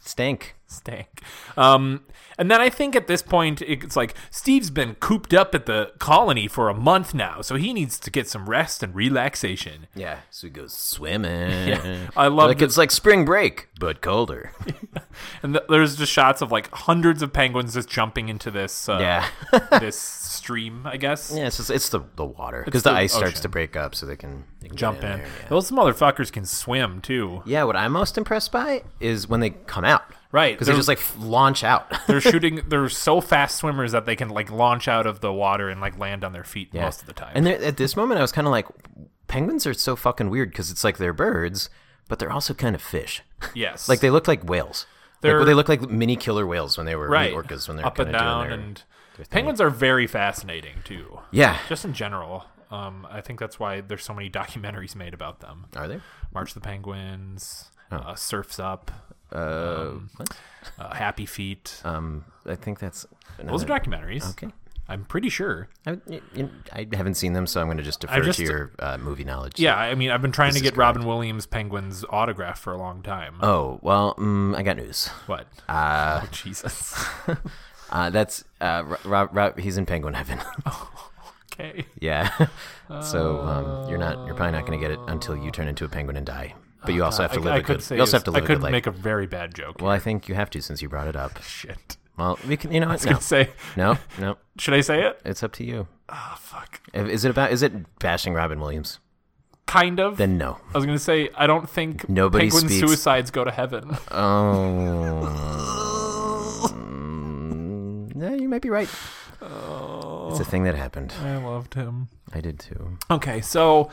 Stank. stink. Um, and then I think at this point it's like Steve's been cooped up at the colony for a month now, so he needs to get some rest and relaxation. Yeah. So he goes [LAUGHS] swimming. I love Like, the- it's like spring break, but colder. And th- there's just shots of like hundreds of penguins just jumping into this uh, Yeah. [LAUGHS] this stream, I guess. yeah, it's, just, it's the, the water. Because the, the ice starts ocean. to break up so they can, they can get Jump in. there, yeah. Those motherfuckers can swim too. yeah, what I'm most impressed by is when they come out. Right, Because they they're- just like f- launch out. [LAUGHS] They're shooting. They're so fast swimmers that they can like launch out of the water and like land on their feet Yeah. most of the time. And there- at this moment, I was kind of like, penguins are so fucking weird because it's like they're birds, but they're also kind of [LAUGHS] fish. yes, like they look like whales. Like, They're- well, they look like mini killer whales when they were right mini orcas when they're up and kinda doing down their- and penguins are very fascinating too. yeah. just in general. Um, I think that's why there's so many [LAUGHS] documentaries made about them. Are there? March of the Penguins, uh, Surfs Up, Oh. Uh, what? uh, Happy Feet. Um, I think that's Those are another- documentaries. Okay. I'm pretty sure. I, y- y- I haven't seen them, so I'm going to just defer I've just- to your uh, movie knowledge. Yeah, I mean, I've been trying to is get Robin Williams Penguins autograph for a long time. Oh well, mm, I got news. what? Uh, oh, [LAUGHS] Jesus. uh, that's uh, Ro- Ro- Ro- he's in Penguin Heaven. [LAUGHS] okay. yeah. [LAUGHS] so um, you're not. You're probably not going to get it until you turn into a penguin and die. But you also have to Oh, I, live I a could good. say You also have it's- to live I a could good life. make a very bad joke. well, I think you have to since you brought it up. Shit. [LAUGHS] Well, we can. You know what? No, Could say. no, no. Should I say it? It's up to you. Ah, fuck. Is it about? Is it bashing Robin Williams? Kind of. Then [LAUGHS] no. I was gonna say I don't think Nobody penguin speaks- suicides go to heaven. Oh. Mm, [LAUGHS] yeah, you might be right. It's a thing that happened. [LAUGHS] I loved him. I did too. [LAUGHS] Okay, so,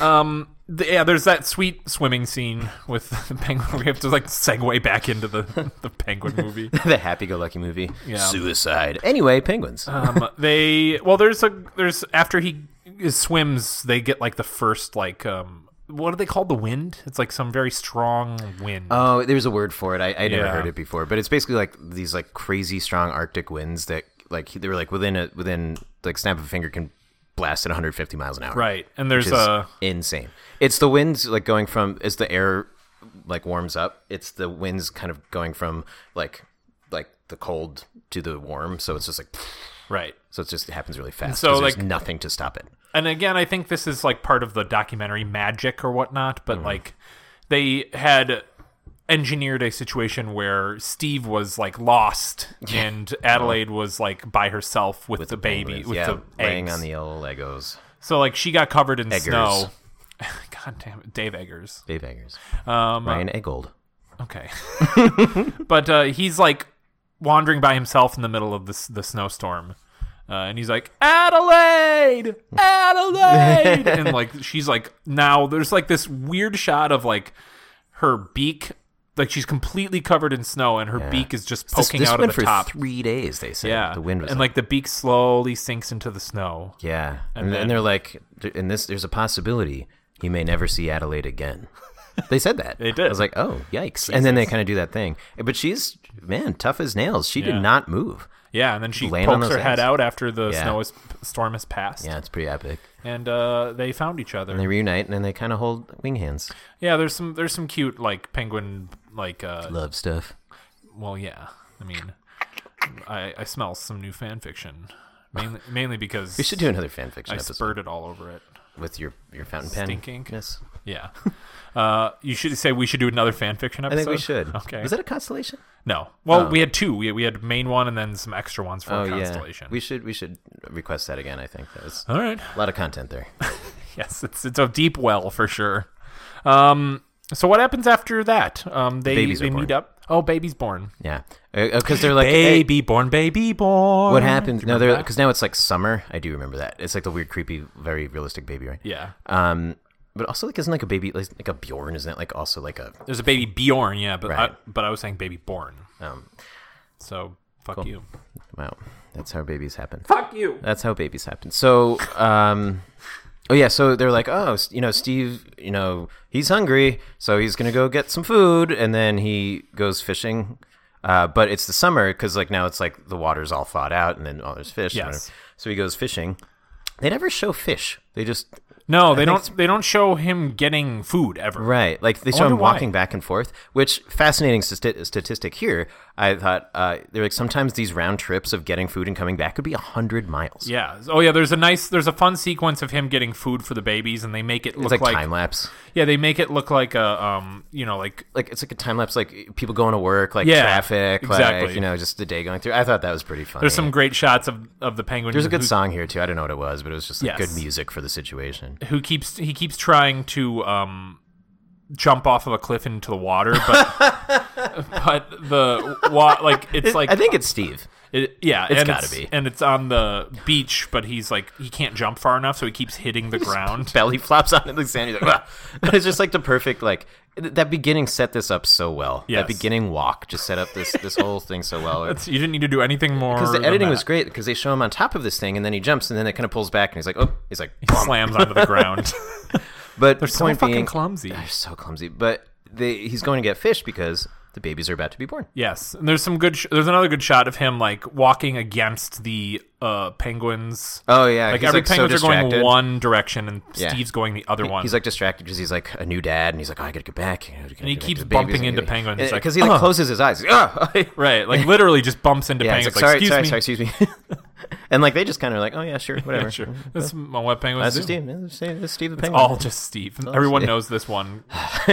um, th- yeah, there's that sweet swimming scene with [LAUGHS] the penguin. We have to like segue back into the [LAUGHS] the penguin movie. the happy-go-lucky movie. Yeah. Suicide. Anyway, penguins. Um, they well, there's a there's after he swims, they get like the first like um, what are they called? The wind. It's like some very strong wind. oh, there's a word for it. I, I never Yeah. heard it before, but it's basically like these like crazy strong Arctic winds that like they were like within a within like snap of a finger can blast at 150 miles an hour. right, Uh, and there's Which a is insane. It's the winds like going from as the air like warms up. It's the winds kind of going from like like the cold to the warm. So it's just like right. so it just happens really fast. so, 'cause there's like- nothing to stop it. and again, I think this is like part of the documentary magic or whatnot, Mm-hmm. but like they had engineered a situation where Steve was like lost and Adelaide was like by herself with, the baby, Penguins, with yeah, the laying eggs. on the yellow Legos, so like she got covered in Eggers. snow. [LAUGHS] God damn it, Dave Eggers. Dave Eggers, Um, Ryan Eggold. Okay. [LAUGHS] but uh, he's like wandering by himself in the middle of this the snowstorm. Uh, and he's like, Adelaide! [LAUGHS] Adelaide! and like, she's like, now there's like this weird shot of like her beak. Like, she's completely covered in snow and her beak is just This, poking this out went of the for top. three days. They said yeah. the wind was and like, like, the beak slowly sinks into the snow. yeah, and, then- then they're like, and this there's a possibility he may never see Adelaide [LAUGHS] again. They said that. They did. I was like, oh, yikes. And then they kind of do that thing. But she's, man, tough as nails. She Yeah. did not move. Yeah. And then she Laying on pokes her those head eggs. out after the Yeah. snow is, storm has passed. Yeah, it's pretty epic. And uh, they found each other. And they reunite and then they kind of hold wing hands. Yeah, there's some there's some cute like penguin like uh Love stuff. well yeah. I mean I I smell some new fan fiction. Mainly mainly because We should do another fan fiction I episode spurted all over it. with your, your fountain pen. Stink ink? Yes. Yeah. [LAUGHS] Uh you should say we should do another fan fiction I episode. think we should. Okay. Was that Oh. a constellation? no. Well, we had two. We we had main one and then some extra ones for Constellation. Oh, We should we should request that again. I think that was all right. [LAUGHS] a lot of content there. Yes, it's it's a deep well for sure. Um so what happens after that? Um they Babies are they born. meet up. Oh, baby's born. Yeah, because they're like, hey, born, baby born. what happened? Do you No, remember they're that? because now it's like summer. I do remember that. It's like the weird, creepy, very realistic baby, right? Yeah. Um, but also like isn't like a baby like, like a Bjorn? Isn't that like also like a There's a baby Bjorn, yeah, but I, Right. but I was saying baby born. um? So fuck you. Wow, that's how babies happen. Fuck you. That's how babies happen. So, um, oh yeah, so they're like, oh, s- you know, Steve, you know, he's hungry, so he's gonna go get some food, and then he goes fishing. Uh, but it's the summer because like now it's like the water's all thawed out, and then oh, there's fish. and Yes. whatever. So he goes fishing. They never show fish. They just No, they think don't. They don't show him getting food ever. Right. Like they show wonder him walking why. back and forth, which fascinating stati- statistic here. I thought uh, they're like sometimes these round trips of getting food and coming back could be hundred miles. Yeah. Oh yeah. There's a nice. There's a fun sequence of him getting food for the babies, and they make it It's look like, like, time lapse. yeah, they make it look like a um, you know, like Like it's like a time lapse, like people going to work, like Yeah, traffic, exactly. like you know, just the day going through. I thought that was pretty funny. there's some great shots of of the penguin. There's a good who, song here too. I don't know what it was, but it was just like Yes. good music for the situation. who keeps he keeps trying to um jump off of a cliff into the water, but [LAUGHS] but the wa- like it's like I think it's Steve. It, yeah, It's and gotta it's, be. and it's on the beach, but he's like he can't jump far enough, so he keeps hitting the ground. belly flops onto the sand. He's like, "Wah." [LAUGHS] it's just like the perfect like th- that beginning set this up so well. Yes. That beginning walk just set up this this whole thing so well. That's- [LAUGHS] you didn't need to do anything more. Because the than editing that. was great because they show him on top of this thing and then he jumps and then it kind of pulls back and he's like, oh, he's [LAUGHS] like, He slams onto [LAUGHS] the ground. but so point fucking being, clumsy. they're so clumsy. But they, he's going to get fish because the babies are about to be born. Yes, and there's some good. Sh- there's another good shot of him like walking against the uh penguins. Oh yeah, like he's every like so penguins are going distracted. one direction, and Yeah. Steve's going the other one. He's like distracted because he's like a new dad, and he's like, oh, I gotta get back. you know, I gotta he get back keeps to the babies, bumping I into gotta- penguins. He's Yeah, like, because he like "Ugh." closes his eyes. [LAUGHS] He's like, "Ugh." right, [LAUGHS] like literally just bumps into Yeah, he's penguins. like, Like, sorry, excuse sorry, me. sorry, excuse me. [LAUGHS] and like they just kind of like, oh yeah, sure, whatever. [LAUGHS] Yeah, sure. That's my what penguins That's do. just Steve. That's Steve, that's Steve the penguin. All just Steve. Everyone Steve. knows [LAUGHS] this one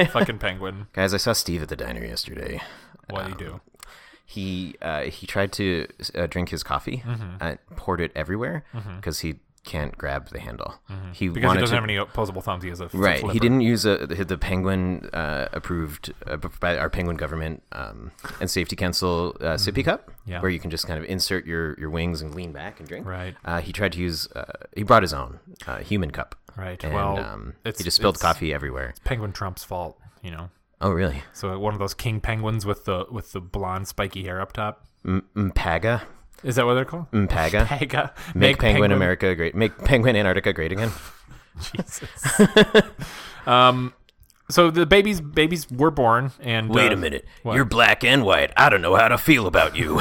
fucking penguin. Guys, I saw Steve at the diner yesterday. What do you do? He uh, he tried to uh, drink his coffee, Mm-hmm. and poured it everywhere because he can't grab the handle. He Mm-hmm. Because he wanted doesn't to, have any opposable thumbs. He has a Right, flipper. he didn't use a, the, the penguin uh, approved uh, b- by our penguin government um, and safety council uh, sippy cup, Mm-hmm. Yeah. where you can just kind of insert your, your wings and lean back and drink. Right. Uh, he tried to use. Uh, he brought his own uh, human cup. Right, And, well, um, it's- he just spilled it's- coffee everywhere. Penguin Trump's fault, you know. Oh, really? So uh, one of those king penguins with the with the blonde spiky hair up top. M- Mpaga, Is that what they're called? [LAUGHS] uh, Mpaga. Make, Pega. penguin, America great. Make penguin Antarctica great again. Jesus. um, so the babies babies were born, and uh, what? black and white. I don't know how to feel about [LAUGHS] you.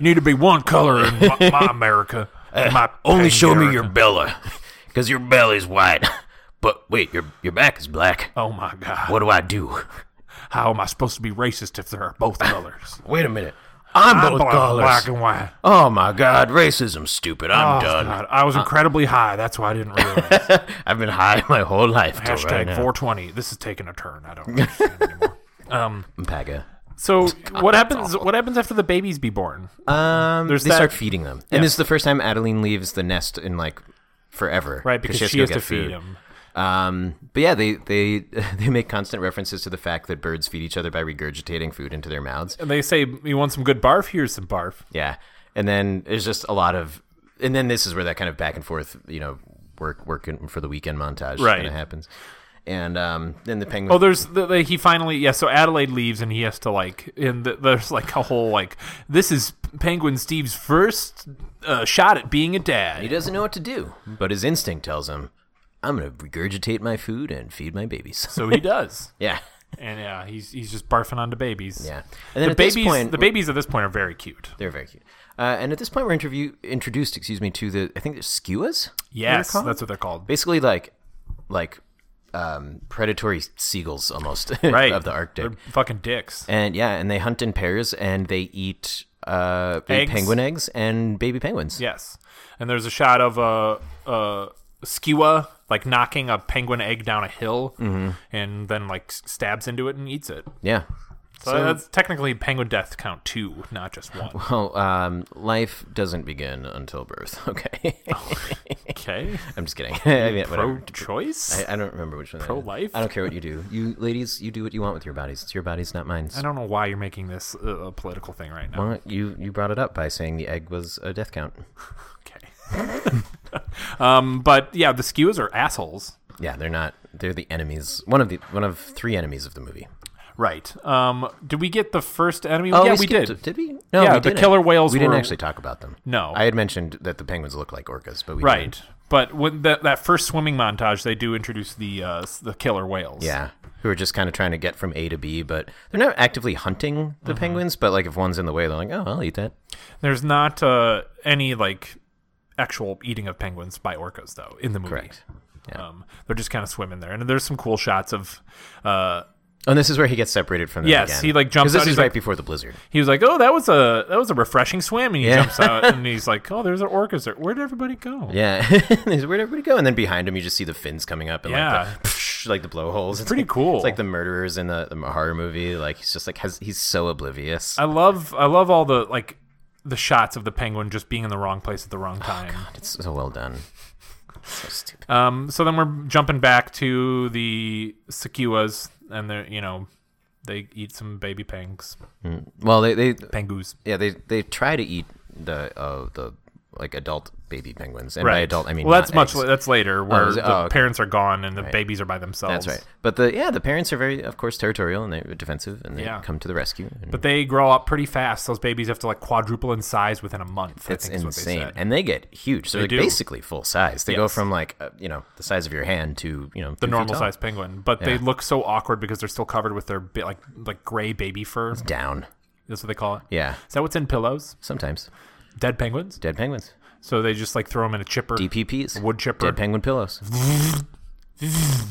need to be one color in my, [LAUGHS] my America. Uh, My pink America. Bella, because your belly's white. But wait, your your back is black. Oh my God! What do I do? How am I supposed to be racist if there are [LAUGHS] both colors? Wait a minute. I'm, I'm both black, colors. black and white. Oh my god, racism's stupid. I'm Oh, done. Uh, God. I was incredibly high. That's why I [LAUGHS] didn't realize. I've been high my whole life. till Hashtag right now. 420. This is taking a turn. I don't understand anymore. Mpaga. So what happens? What happens after the babies be born? Um, There's they that- start feeding them, and this is the first time Adeline leaves the nest in like forever, right, because she, go has get to feed them. Um, but yeah, they they [LAUGHS] they make constant references to the fact that birds feed each other by regurgitating food into their mouths. And they say, "You want some good barf? Here's some barf." Yeah, and then there's just a lot of, and then this is where that kind of back and forth, you know, work working for the weekend montage Right. kind of happens, and um, then the penguin. Oh, there's the, the, he finally yeah. So Adelaide leaves, and he has to like. And the, there's like a whole like this is Penguin Steve's first uh, shot at being a He dad. doesn't know what to do, but his instinct tells him, "I'm gonna regurgitate my food and feed my babies." [LAUGHS] So he does, yeah, and yeah, he's he's just barfing onto babies. yeah. And then the at babies. this point, the babies at this point are very cute. they're very cute. Uh, and at this point, we're interview introduced, excuse me, to the I think it's skuas. Yes, called? that's what they're called. basically like like um, predatory seagulls almost [LAUGHS] Right of the Arctic. They're fucking dicks. And yeah, and they hunt in pairs and they eat uh, big Eggs. penguin eggs and baby penguins. Yes, and there's a shot of a uh, uh, Skiwa like knocking a penguin egg down a hill, Mm-hmm. and then like s- stabs into it and eats it. Yeah. So, So- that's technically penguin death count two, not just [LAUGHS] one. Well, um, life doesn't begin until birth. [LAUGHS] [LAUGHS] Okay. Okay, I'm just [LAUGHS] kidding. I mean, pro whatever. choice. I, I don't remember which one. that is. Pro-life? I don't care what you do. You ladies, you do what you want with your bodies. It's your bodies, not mine. I don't know why you're making this uh, a political thing right now. Well, you you brought it up by saying the egg was a death count. Okay. [LAUGHS] um, but yeah, the Skiwas are assholes. Yeah, they're not. They're the enemies. One of the one of three enemies of the movie. Right. Um, did we get the first enemy? Oh, yeah, we, we, skipped did. it, Did we? No, we Yeah, the didn't. killer whales We didn't were- actually talk about them. No. I had mentioned that the penguins look like orcas, but we Right. But when that that first swimming montage, they do introduce the uh, s- the killer whales. didn't. yeah, who are just kind of trying to get from A to B, but they're not actively hunting Uh-huh. the penguins. But like, if one's in the way, they're like, "Oh, I'll eat that." There's not uh, any like actual eating of penguins by orcas though in the movie. Correct. Um, they're just kind of swimming there, and there's some cool shots of. Uh, Oh, and this is where he gets separated from them. Yes, again. he, like, jumps 'Cause This out, is he's right like- before the blizzard. he was like, "Oh, that was a that was a refreshing swim," and he Yeah. jumps out and he's like, "Oh, there's orcas there. Where did everybody go?" Yeah, [LAUGHS] He's, where'd everybody go? And then behind him, you just see the fins coming up and Yeah. like the [LAUGHS] psh, like the blowholes. It's pretty like- cool. It's like the murderers in the, the horror movie. Like he's just like has he's so oblivious. I love I love all the Oh, like the shots of the penguin just being in the wrong place at the wrong time. it's so well done. So stupid. Um, so then we're jumping back to the Sequias, and they're you know they eat some baby pangs, Well, they, they pangoos. yeah they they try to eat the uh, the like adult baby penguins, and by adult I mean well, that's not much eggs. la- that's later where is it- the oh, okay. parents are gone and the Right. babies are by themselves. That's right. But the yeah, the parents are very, of course, territorial and they're defensive, and they Yeah. come to the rescue. And But they grow up pretty fast. Those babies have to like quadruple in size within a month. it's I think is insane, What they said. and they get huge. So they're do. like basically full size. They go Yes. from like uh, you know the size of your hand to you know the normal sized penguin, but they Yeah. look so awkward because they're still covered with their bi- like like gray baby fur. down. That's what they call it. Yeah, Is that what's in pillows? sometimes Dead penguins. dead penguins, So they just like throw them in a chipper. DPPs, Wood chipper. dead penguin pillows.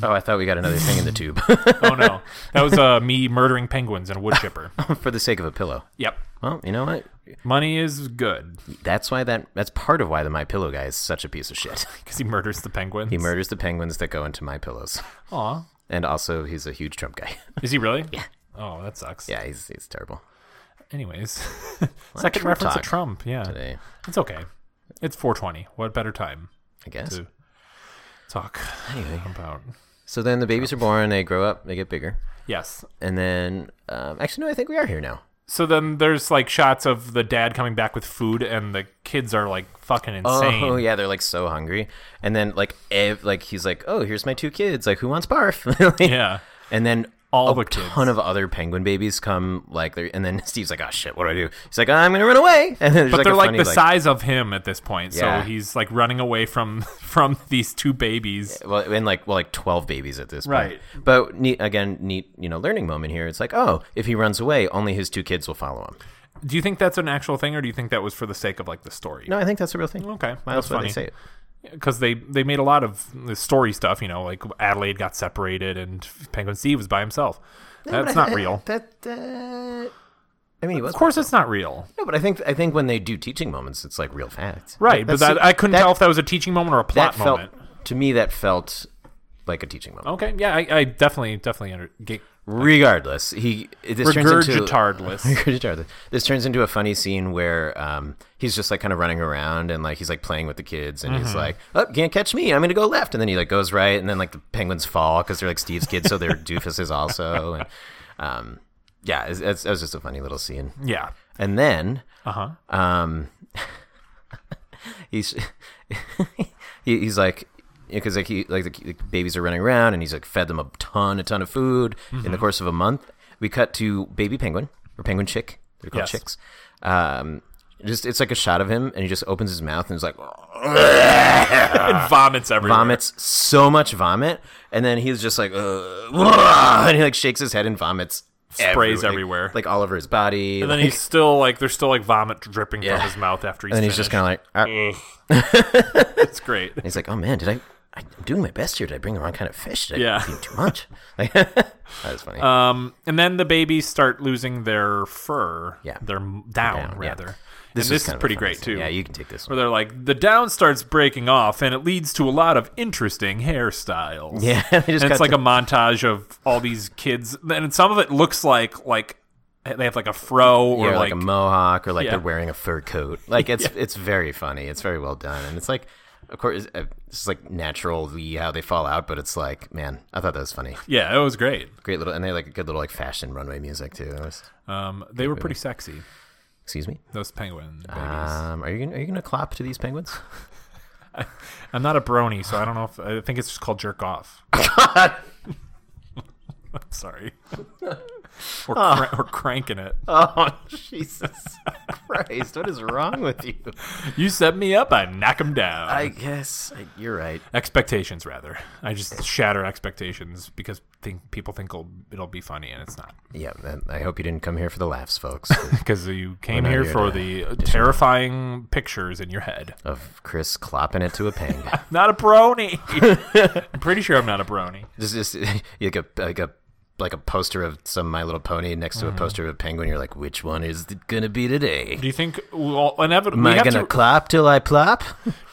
oh, I thought we got another thing in the tube [LAUGHS] [LAUGHS] oh no, that was uh, me murdering penguins in a wood chipper. for the sake of a pillow. yep, Well, you know what? money is good That's why that that's part of why the My Pillow guy is such a piece of shit. because he murders the penguins. He murders the penguins that go into my pillows, Aw, and also he's a huge Trump guy. is he really? Yeah. Oh, that sucks. yeah, he's he's terrible. Anyways, [LAUGHS] second Trump reference to talk Trump. Yeah, today, it's okay. It's 420. What better time I guess. to talk Anyway. about? So then the babies are born, they grow up, they get bigger, Yes. and then um, actually no, I think we are here now. So then there's like shots of the dad coming back with food, and the kids are like fucking insane. Oh [LAUGHS] yeah, they're like so hungry, and then like ev- like he's like, oh, here's my two kids, like who wants barf? [LAUGHS] Like, Yeah. And then All a the kids. ton of other penguin babies come, like, they're, and then [LAUGHS] Steve's like, oh shit, what do I do? He's like, I'm gonna run away, [LAUGHS] and then there's But like they're a like funny, the size of him at this point, Yeah. so he's like running away from [LAUGHS] from these two babies. well, and like well, like twelve babies at this Right. point. But neat again, neat you know learning moment here. It's like, oh, if he runs away, only his two kids will follow him. Do you think that's an actual thing, or do you think that was for the sake of like the story? No, I think that's a real thing. Okay, Why that's else would funny. they say it? because they they made a lot of the story stuff. You know, like Adelaide got separated and Penguin Steve was by himself. [LAUGHS] That's not real. That, uh, I mean, he was Of course, it's not real. no, but I think I think when they do teaching moments, it's like real facts, Right, but That's- that, I couldn't tell if that was a teaching moment or a plot that felt moment. Oh. to me that felt like a teaching moment. Okay, yeah, I, I definitely definitely under, get, Regardless, he this turns into [LAUGHS] regurgitardless. Regurgitardless. This turns into a funny scene where um, he's just like kind of running around and like he's like playing with the kids and Mm-hmm. he's like, "Oh, can't catch me! I'm gonna go left," and then he like goes right, and then like the penguins fall because they're like Steve's kids, so they're [LAUGHS] doofuses also. And um, yeah, it's, it's, it was just a funny little scene. yeah, And then, uh huh. um, [LAUGHS] he's [LAUGHS] he, he's like because like he like the, the babies are running around and he's like fed them a ton a ton of food in Mm-hmm. the course of a month. We cut to baby penguin or penguin chick. They're called Yes. chicks. Um, just it's like a shot of him and he just opens his mouth and is [LAUGHS] like and vomits everywhere. vomits so much vomit and then he's just like [LAUGHS] "Ugh," and he like shakes his head and vomits Sprays everywhere. like all over his body And then he's still like, there's still like vomit dripping Yeah. from his mouth after he's. and he's just kind of like "Ah." Mm. of. [LAUGHS] It's great. And he's like, "Oh man, did I? I'm doing my best here. Did I bring the wrong kind of fish? Did Yeah. I feed him too [LAUGHS] much?" [LAUGHS] Like, that was funny. Um, and then the babies start losing their fur. Yeah. their m- down, Down, yeah. rather. This was This, and this kind is of a pretty funny great scene. too. Yeah, you can take this where one. they're like the down starts breaking off, and it leads to a lot of interesting hairstyles. Yeah, [LAUGHS] they just [LAUGHS] and cut it's like to- a montage of all these kids, and some of it looks like like they have like a fro Yeah, or like, a mohawk, or like Yeah. they're wearing a fur coat. [LAUGHS] Like [LAUGHS] it's it's very funny. It's very well done, and it's like, of course, uh, it's like naturally how they fall out, but it's like, man, I thought that was funny. yeah, it was great. Great little, and they had, like a good little like fashion runway music too. It was- Um, they were pretty sexy. excuse me. Those penguin babies. Um, are you gonna, are you gonna clap to these [LAUGHS] penguins? I'm not a brony, so I don't know if I think it's just called [LAUGHS] jerk off. I'm [LAUGHS] sorry. we're, cra- we're cranking it. Oh [LAUGHS] Jesus Christ! What is wrong with you? You set me up, I knock him down. I guess I, you're right. expectations, rather. I just shatter expectations because think people think it'll, it'll be funny and it's not. [LAUGHS] Yeah, and I hope you didn't come here for the laughs, folks, Because you came not here here to for the terrifying pictures in your head. of Chris clopping it to a pang. Not a brony. [LAUGHS] I'm pretty sure I'm not a brony. This is [LAUGHS] like a like a like a poster of some My Little Pony next to a poster of a penguin. You're like, which one is it gonna be today? Do Mm. you think we'll inevitably Am we I have, gonna to, clop till I [LAUGHS] plop?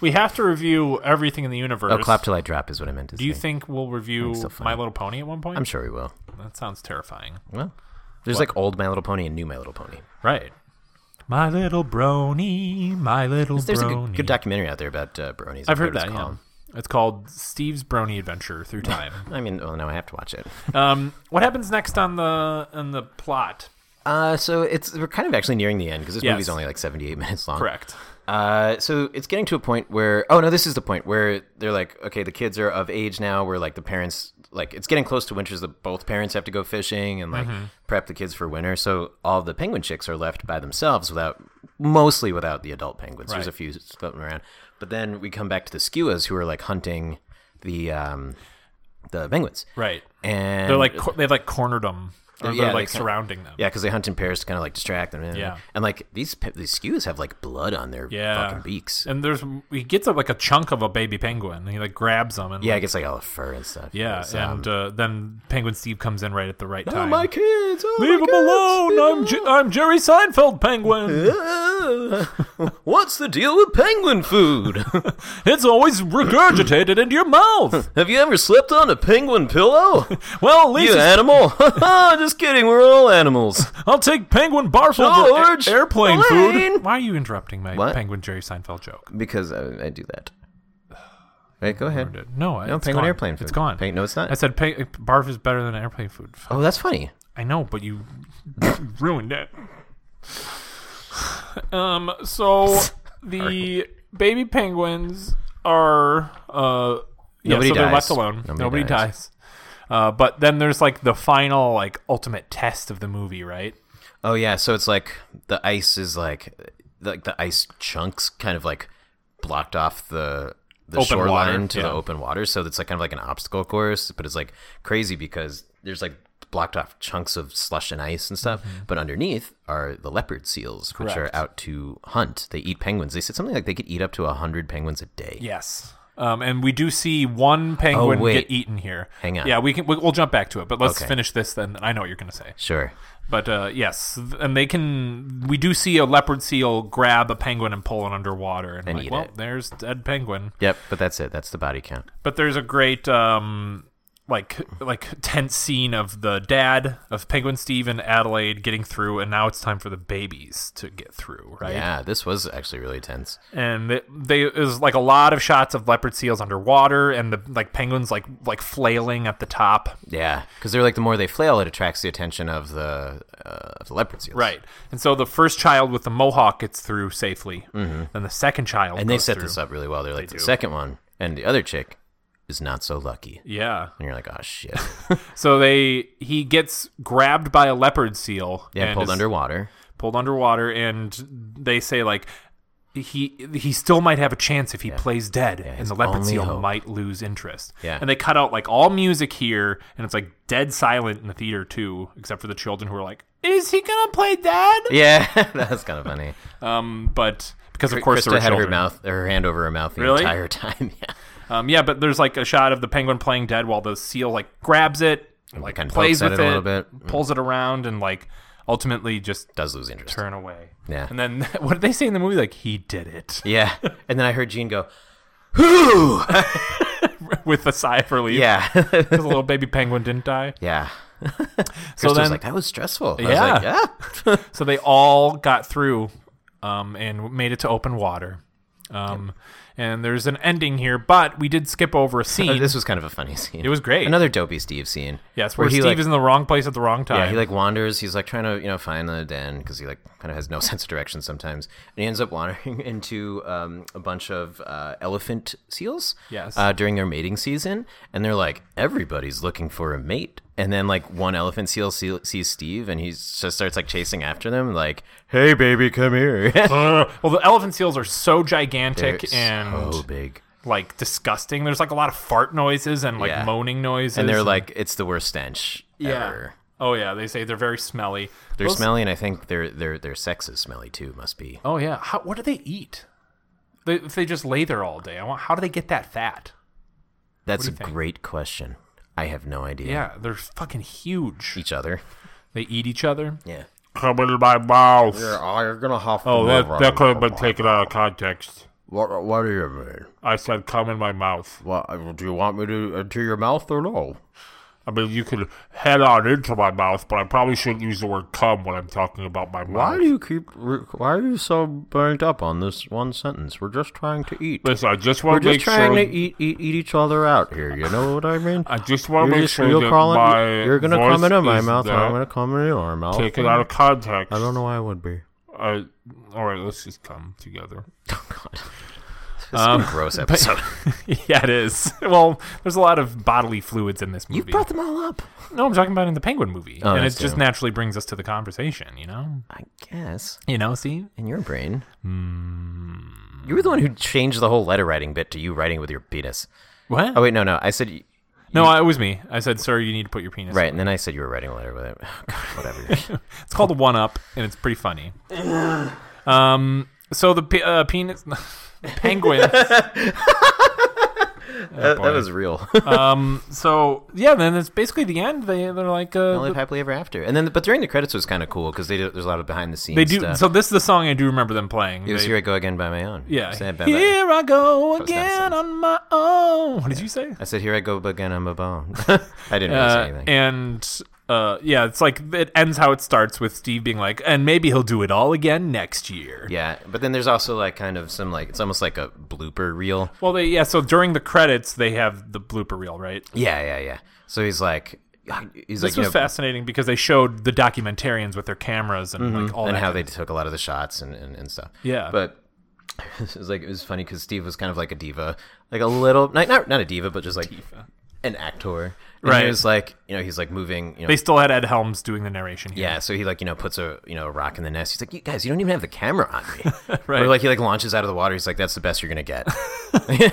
we have to review everything in the universe? Oh, clop till I drop is what I meant to Do you say. think we'll review still funny. My Little Pony at one point? I'm sure we will. That sounds terrifying. Well, there's like old My Little Pony and new My Little Pony. Right. My little brony, my little There's a brony. good, good documentary out there about uh, bronies. I've I heard forget what it's that. Yeah. called. It's called Steve's Brony Adventure Through Time. I mean, well, now I have to watch it. um, what happens next on the on the plot? Uh, so it's we're kind of actually nearing the end because this Yes. movie's only like 78 [LAUGHS] minutes long. Correct. Uh, so it's getting to a point where oh no, this is the point where they're like, okay, the kids are of age now. Where like the parents like it's getting close to winter, so both parents have to go fishing and like Mm-hmm. prep the kids for winter. So all the penguin chicks are left by themselves without mostly without the adult penguins. There's a Right. few floating around, but then we come back to the skuas who are like hunting the um the penguins. Right. And They're like cor- they've like cornered them. Or Yeah, they're they like kinda- surrounding them. Yeah, because they hunt in pairs to kind of like distract them. Yeah. and like these pe- these skews have like blood on their Yeah. fucking beaks. And there's he gets a, like a chunk of a baby penguin. And he like grabs them and yeah, it like, gets like all the fur and stuff. yeah. It's, um, And uh, then Penguin Steve comes in right at the right oh, time. my kids! Oh, Leave my him kids, alone! leave I'm J- I'm Jerry Seinfeld Penguin. them- [LAUGHS] What's the deal with penguin food? [LAUGHS] it's always regurgitated into your mouth. Have you ever slept on a penguin [LAUGHS] pillow? [LAUGHS] Well, at least You it's- animal? [LAUGHS] Just kidding. We're all animals. [LAUGHS] I'll take penguin barf over George, a- airplane Elaine. food. Why are you interrupting my What? penguin Jerry Seinfeld joke? Because I, I do that. Right, go ahead. No, No, it's penguin gone. airplane food. It's gone. Peng- no, it's not. I said pe- barf is better than airplane food. Oh, that's funny. I know, but you ruined it. Um, so [LAUGHS] the baby penguins are uh, yeah, Nobody so they're dies. left alone. Nobody Nobody, dies. dies. Uh, but then there's like the final like ultimate test of the movie, right? Oh yeah, so it's like the ice is like like the ice chunks kind of like blocked off the the Open shoreline water, to the yeah. open water, so it's like kind of like an obstacle course, but it's like crazy because there's like blocked off chunks of slush and ice and stuff, but underneath are the leopard seals, which are Mm-hmm. Correct. out to hunt. They eat penguins. They said something like they could eat up to hundred penguins a day. Yes. Um, and we do see one penguin Oh, wait. get eaten here. Hang on. Yeah, we can. we- We'll jump back to it, but let's Okay. finish this. Then I know what you're going to say. Sure. But uh, yes, th- and they can. We do see a leopard seal grab a penguin and pull it underwater, and, And like, eat well, it. there's dead penguin. Yep, but that's it. That's the body count. But there's a great um, like like tense scene of the dad of Penguin Steve and Adelaide getting through, and now it's time for the babies to get through, right? Yeah, this was actually really tense. and they, they it was like a lot of shots of leopard seals underwater and the like penguins like like flailing at the top Yeah, because they're like the more they flail, it attracts the attention of the uh, of the leopard seals. right and so the first child with the mohawk gets through safely and the second child Mm-hmm. And they goes set through. this up really well. They're like the do. second one, and the other chick is not so lucky. yeah And you're like, oh [LAUGHS] shit, so they he gets grabbed by a leopard seal yeah, and pulled is underwater. pulled underwater and they say like he he still might have a chance if he plays dead and his the leopard only seal hope. might lose interest Yeah. and they cut out like all music here and it's like dead silent in the theater too except for the children who are like is he gonna play dead Yeah, [LAUGHS] that's kind of funny. um but because of course there Krista were had her children. mouth, her hand over her mouth the Really? entire [LAUGHS] time. Yeah, um yeah but there's like a shot of the penguin playing dead while the seal like grabs it like kinda plays pokes at with it, it a little bit. pulls it around and like ultimately just does lose interest. turn away Yeah. and then [LAUGHS] what did they say in the movie like he did it [LAUGHS] Yeah, and then I heard Gene go, "Who?" [LAUGHS] with a sigh of [LAUGHS] relief yeah, [LAUGHS] because the little baby penguin didn't die. yeah. Krista [LAUGHS] So was then, like, that was stressful. I Yeah. was like, yeah. so they all got through, um, and made it to open water. Um, and there's an ending here, but we did [LAUGHS] skip over a Uh, scene. This was kind of a funny scene. It was great. Another dopey Steve scene. yes, where, he, Steve like- is in the wrong place at the wrong time. Yeah, he like wanders. He's like trying to you know find the den because he like kind of has no [LAUGHS] sense of direction sometimes, and he ends up wandering [LAUGHS] into um, a bunch of uh, elephant seals. Yes. Uh, during their mating season, and they're like everybody's looking for a mate, and then like one elephant seal see- sees Steve, and he just starts like chasing after them, like hey baby come here. [LAUGHS] Ugh. [LAUGHS] well, the elephant seals are so gigantic They're and so big, like disgusting. There's like a lot of fart noises and like Yeah. moaning noises, and they're like it's the worst stench yeah. ever. Oh yeah, they say they're very smelly. They're Those- smelly, and I think their their their sex is smelly too. Must be. Oh yeah, how, what do they eat? They, if they just lay there all day, I want, how do they get that fat? That's a do you think? great question. I have no idea. Yeah, they're fucking huge. each other. They eat each other. Yeah. Come into my mouth. Oh, you're gonna huff. Oh, that, that could have been taken out of context. What, what do you mean? I said, come in my mouth. uh, What, do you want me to into your mouth or no? I mean, you could head on into my mouth, but I probably shouldn't use the word "cum" when I'm talking about my Why mouth. do you keep? Why are you so burnt up on this one sentence? We're just trying to eat. Listen, I just We're want to just make trying sure. to eat, eat eat each other out here. You know what I mean? [LAUGHS] I just want to you're make just sure you're that calling. my you're gonna voice come into my is mouth, and not I'm gonna come into your mouth. taken out of context. I don't know why I would be. Uh, all right, let's just come together. Oh God, this Um, is a [LAUGHS] gross episode. [LAUGHS] yeah, it is. [LAUGHS] Well, there's a lot of bodily fluids in this movie. you brought them all up. no, I'm talking about in the Penguin movie, Oh, and it that's just true. naturally brings us to the conversation. You know, I guess you know. See, in your brain, Hmm. you were the one who changed the whole letter writing bit to you writing with your penis. what? Oh wait, no, no. I said y- no, I- it was me. I said, "Sir, you need to put your penis." right, and then I said you were writing a letter with it. [LAUGHS] God, [LAUGHS] Oh, whatever. It's called a one up, and it's pretty funny. um, so the pe- uh, penis [LAUGHS] penguin. that, that was [LAUGHS] real. Um, so yeah, then it's basically the end. They they're like They uh, live happily ever after. And then, but during the credits was kind of cool because they do, there's a lot of behind the scenes. they do. Stuff. So this is the song I do remember them playing. it was They- here I go again by my own. yeah, Said by my- [LAUGHS] here I go was nice again sense. on my own. What did you say? I said here I go again. I'm a bone. [LAUGHS] I didn't really say Uh, anything. and uh, yeah, it's like it ends how it starts with Steve being like, and maybe he'll do it all again next year. yeah, but then there's also like kind of some like it's almost like a blooper reel. Well, they yeah. So during the credits, they have the blooper reel, right? Yeah, yeah, yeah. So he's like, he's This like, you was know, fascinating because they showed the documentarians with their cameras and like all Mm-hmm. and that. how they took a lot of the shots and, and, and stuff. Yeah. but [LAUGHS] it was like it was funny because Steve was kind of like a diva, like a little not not, not a diva, but just like an actor. And Right. He was like, you know, he's like moving. You know, they still had Ed Helms doing the narration. Here. Yeah, so he like you know puts a you know a rock in the nest. He's like, you guys, you don't even have the camera on [LAUGHS] me. Right. Or like he like launches out of the water. He's like, that's the best you're gonna get. [LAUGHS] and then,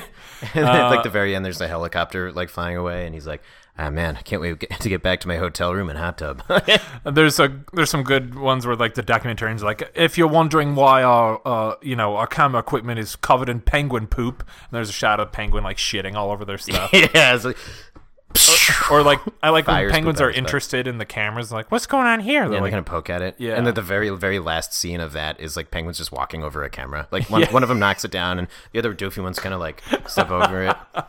at, Uh, like the very end, there's a helicopter like flying away, and he's like, ah man, I can't wait to get back to my hotel room and hot [LAUGHS] tub. [LAUGHS] There's a there's some good ones where like the documentarians are like if you're wondering why our uh, you know our camera equipment is covered in penguin poop and there's a shot of penguin like shitting all over [LAUGHS] their stuff yeah, it's like, or like I like when Fires poop penguins out are of stuff. interested in the cameras like what's going on here and They're they like, kind of poke at it. Yeah. And then the very very last scene of that is like penguins just walking over a camera. Like one one of them knocks it down, and the other doofy one's kind of like step over [LAUGHS] it.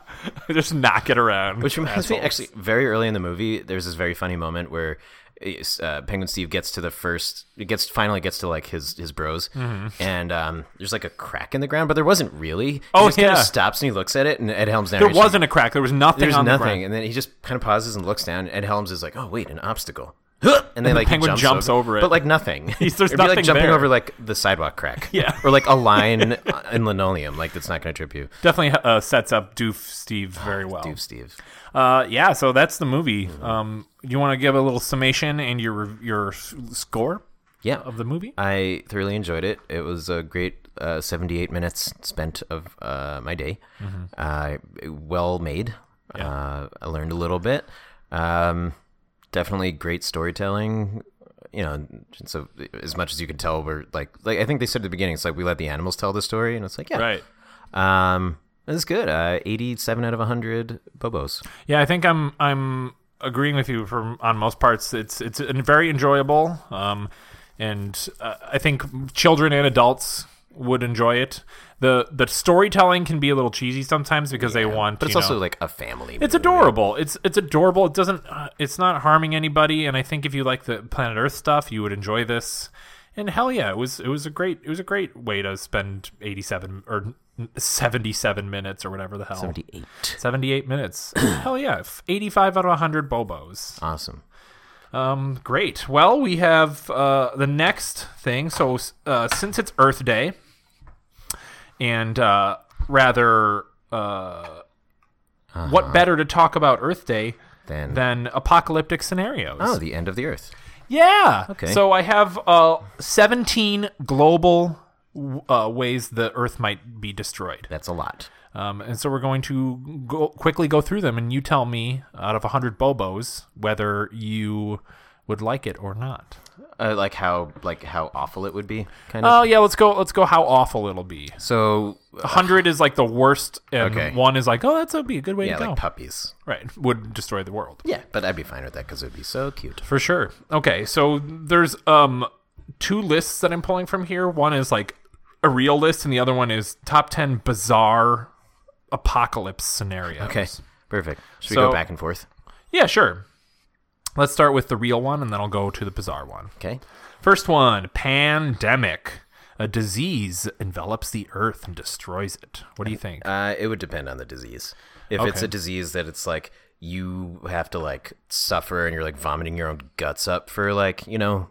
just knock it around Which reminds me, assholes. actually, very early in the movie, there's this very funny moment where it's, uh, Penguin Steve gets to the first, it gets finally gets to like his his bros, Mm-hmm. and um, there's like a crack in the ground, but there wasn't really. He Oh, just kinda yeah. stops and he looks at it, and Ed Helms there wasn't a crack there was nothing there's on the nothing, ground. and then he just kind of pauses and looks down, and Ed Helms is like, oh wait, an obstacle. [GASPS] Huh! And then like he Penguin jumps, jumps over, over it. but like nothing. [LAUGHS] He's- there's It'd be nothing like jumping there. over like the sidewalk crack, [LAUGHS] Yeah. or like a line [LAUGHS] in linoleum, like that's not going to trip you. definitely uh, sets up Doof Steve very well Dude, Steve. Uh, yeah, so that's the movie. Mm-hmm. Um, you want to give a little summation and your your s- score Yeah, of the movie? I thoroughly enjoyed it. It was a great uh, 78 minutes spent of uh, my day. Mm-hmm. Uh, well made. Uh, I learned a little bit. Um, definitely great storytelling. You know, so as much as you can tell, we're like, like I think they said at the beginning, it's like we let the animals tell the story, and it's like, yeah, Right. Um, it was good. Uh, 87 out of 100 bobos. Yeah, I think I'm I'm agreeing with you from on most parts. It's it's en- very enjoyable. Um, and uh, I think children and adults would enjoy it. the The storytelling can be a little cheesy sometimes because they want, But it's you also know- like a family. It's adorable. It's it's adorable. It doesn't. Uh, it's not harming anybody. And I think if you like the Planet Earth stuff, you would enjoy this. And hell yeah, it was it was a great it was a great way to spend eighty seven or seventy seven minutes or whatever the hell 78. 78 minutes. [COUGHS] hell yeah, f- eighty five out of hundred bobos. Awesome. Um, great. Well, we have uh, the next thing. So uh, since it's Earth Day, and uh, rather. Uh, Uh-huh. What better to talk about Earth Day Then, than apocalyptic scenarios. oh, the end of the earth. yeah. Okay. So I have uh, 17 global w- uh, ways the Earth might be destroyed. That's a lot. Um, and so we're going to go, quickly go through them, and you tell me out of 100 Bobos whether you would like it or not. uh, like how like how awful it would be kind of Oh yeah, let's go. Let's go. How awful it'll be. so uh, 100 is like the worst, and Okay. one is like, oh, that's a be a good way yeah to go. like puppies right, would destroy the world. yeah but i'd be fine with that because it would be so cute For sure. Okay, so there's um two lists that I'm pulling from here. One is like a real list and the other one is top 10 bizarre apocalypse scenarios. okay perfect should So- we go back and forth Yeah, sure. Let's start with the real one and then I'll go to the bizarre one. Okay. First one pandemic. A disease envelops the earth and destroys it. What do you think? Uh, it would depend on the disease. If it's Okay. a disease that it's like you have to like suffer and you're like vomiting your own guts up for like you know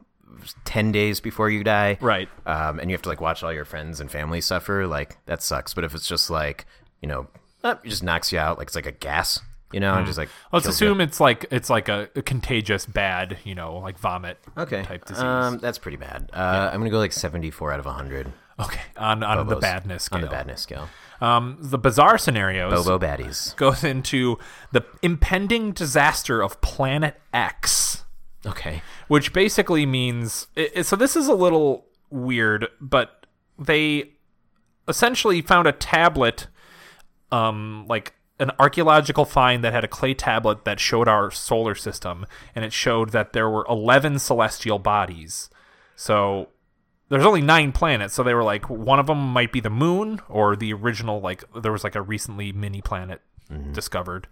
ten days before you die, Right. Um, and you have to like watch all your friends and family suffer, like that sucks. But if it's just like you know, uh, it just knocks you out, like it's like a gas, you know, and just like Let's kills assume Mm. it's like it's like a, a contagious bad, you know, like vomit you. okay type disease. Um, that's pretty bad. Uh, I'm gonna go like 74 out of 100 okay, on on the Bobos. badness scale. on the badness scale. Um, the bizarre scenarios Bobo baddies. goes into the impending disaster of Planet X. Okay. which basically means i i- so this is a little weird but they essentially found a tablet um like an archaeological find that had a clay tablet that showed our solar system and it showed that there were 11 celestial bodies so there's only nine planets so they were like one of them might be the moon or the original like there was like a recently mini planet discovered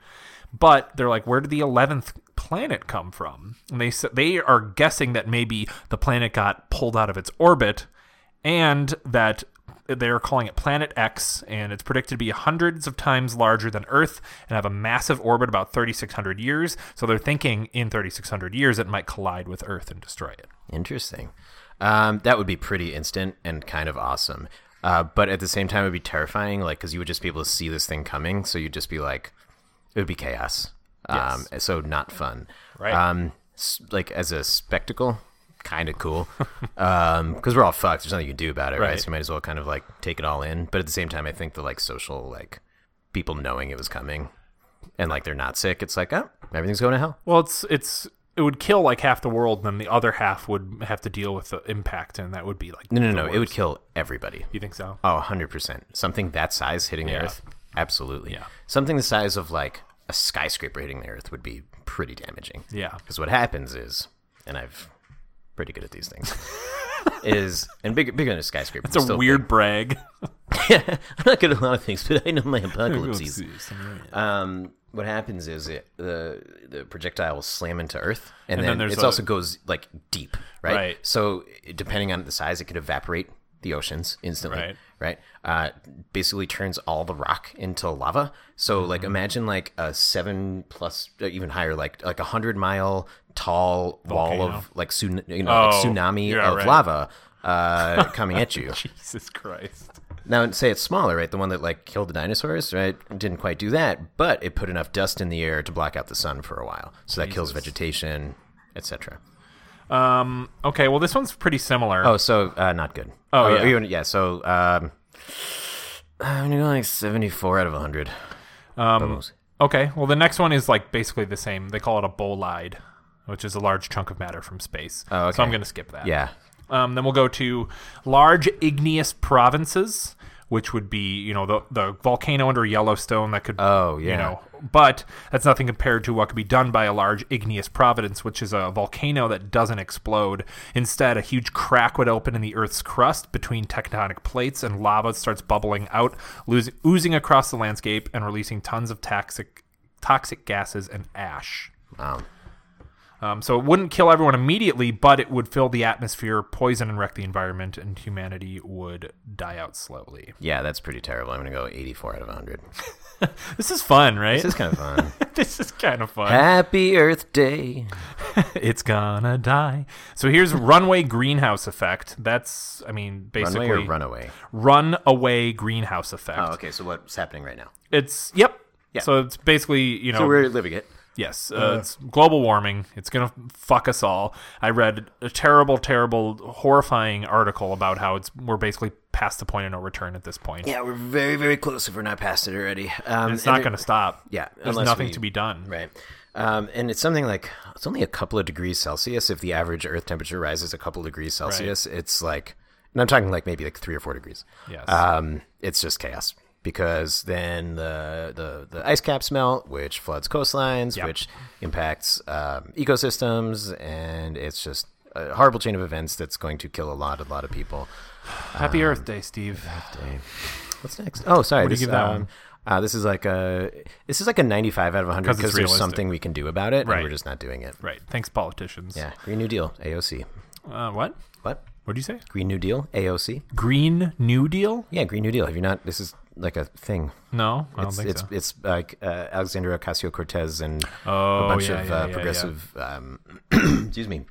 but they're like where did the 11th planet come from and they s- they are guessing that maybe the planet got pulled out of its orbit and that they're calling it Planet X, and it's predicted to be hundreds of times larger than Earth and have a massive orbit about 3,600 years. So they're thinking in 3,600 years it might collide with Earth and destroy it. Interesting. Um, that would be pretty instant and kind of awesome. Uh, but at the same time, it would be terrifying, like, because you would just be able to see this thing coming. So you'd just be like, it would be chaos. Um, So not fun. Right. Um, s- like, as a spectacle, kind of [LAUGHS] cool. Because we're all fucked. There's nothing you can do about it, right. Right. So you might as well kind of, like, take it all in. But at the same time, I think the, like, social, like, people knowing it was coming and, like, they're not sick, it's like, oh, everything's going to hell. Well, it's it's it would kill like half the world, and then the other half would have to deal with the impact, and that would be like No, no, no. It would kill everybody. You think so? Oh, 100%. Something that size hitting Yeah. the earth? Absolutely. Yeah. Something the size of like a skyscraper hitting the earth would be pretty damaging. Yeah. Because what happens is, and I've pretty good at these things, [LAUGHS] is, and bigger, bigger than a skyscraper. It's a weird brag. [LAUGHS] I'm not good at a lot of things, but I know [LAUGHS] my apocalypses. um, what happens is it the the projectile will slam into Earth, and, then then, there's it a- also goes like deep, right? Right. So depending on the size, it could evaporate the oceans instantly, Right. right? Uh, basically turns all the rock into lava. So like Mm-hmm. imagine like a seven plus uh, even higher, like like a hundred mile tall wall Volcano. of like, tsun- you know, like Oh, tsunami yeah, of right. lava uh, coming at [LAUGHS] you. Jesus Christ. Now, say it's smaller, right? The one that like killed the dinosaurs, right? Didn't quite do that, but it put enough dust in the air to block out the sun for a while, so that kills vegetation, etc. Um. Okay. Well, this one's pretty similar. Oh, so uh, not good. Oh, yeah. you- yeah. So um, I'm gonna go like 74 out of 100. Um, Okay, well, the next one is like basically the same. They call it a bolide, which is a large chunk of matter from space. Oh, So I'm okay. going to skip that. yeah, Um, then we'll go to large igneous provinces, which would be, you know, the, the volcano under Yellowstone that could, Oh, you yeah. know, but that's nothing compared to what could be done by a large igneous providence, which is a volcano that doesn't explode. Instead, a huge crack would open in the Earth's crust between tectonic plates, and lava starts bubbling out, losing, oozing across the landscape and releasing tons of toxic, toxic gases and ash. wow, Um, so it wouldn't kill everyone immediately, but it would fill the atmosphere, poison and wreck the environment, and humanity would die out slowly. yeah, that's pretty terrible. I'm gonna go 84 out of 100. This is fun, right? [LAUGHS] This is kind of fun. kind of fun. Happy Earth Day. [LAUGHS] it's gonna die. So here's runway greenhouse effect. That's, I mean, basically Runway or runaway? runaway greenhouse effect. Oh, okay. So what's happening right now? It's yep. Yeah. So it's basically you know So we're living it. Yes, uh, it's global warming. It's going to fuck us all. I read a terrible, terrible, horrifying article about how it's we're basically past the point of no return at this point. Yeah, we're very, very close if we're not past it already. Um, It's not going to stop. Yeah, there's unless nothing we- to be done. Right. Um, and it's something like it's only a couple of degrees Celsius. If the average Earth temperature rises a couple degrees Celsius, it's like, and I'm talking like maybe like three or four degrees. Yes. Um, it's just chaos because then the the, the ice caps melt, which floods coastlines, Yep. which impacts um, ecosystems, and it's just a horrible chain of events that's going to kill a lot, a lot of people. um, Happy Earth Day, Steve. What's next? Oh, sorry. do you this, give that um, one? Uh, this is like a this is like a 95 out of 100 'Cause it's because there's realistic. something we can do about it, Right. and we're just not doing it. Right. Thanks, politicians. Yeah, Green New Deal, AOC. Uh, what? What? What do you say? Green New Deal, AOC. Green New Deal? Yeah, Green New Deal. Have you not? This is like a thing. No, I don't It's think it's, so. it's like uh, Alexandria Ocasio Cortez and Oh, a bunch yeah, of yeah, uh, yeah, progressive, Um, [CLEARS THROAT] excuse me,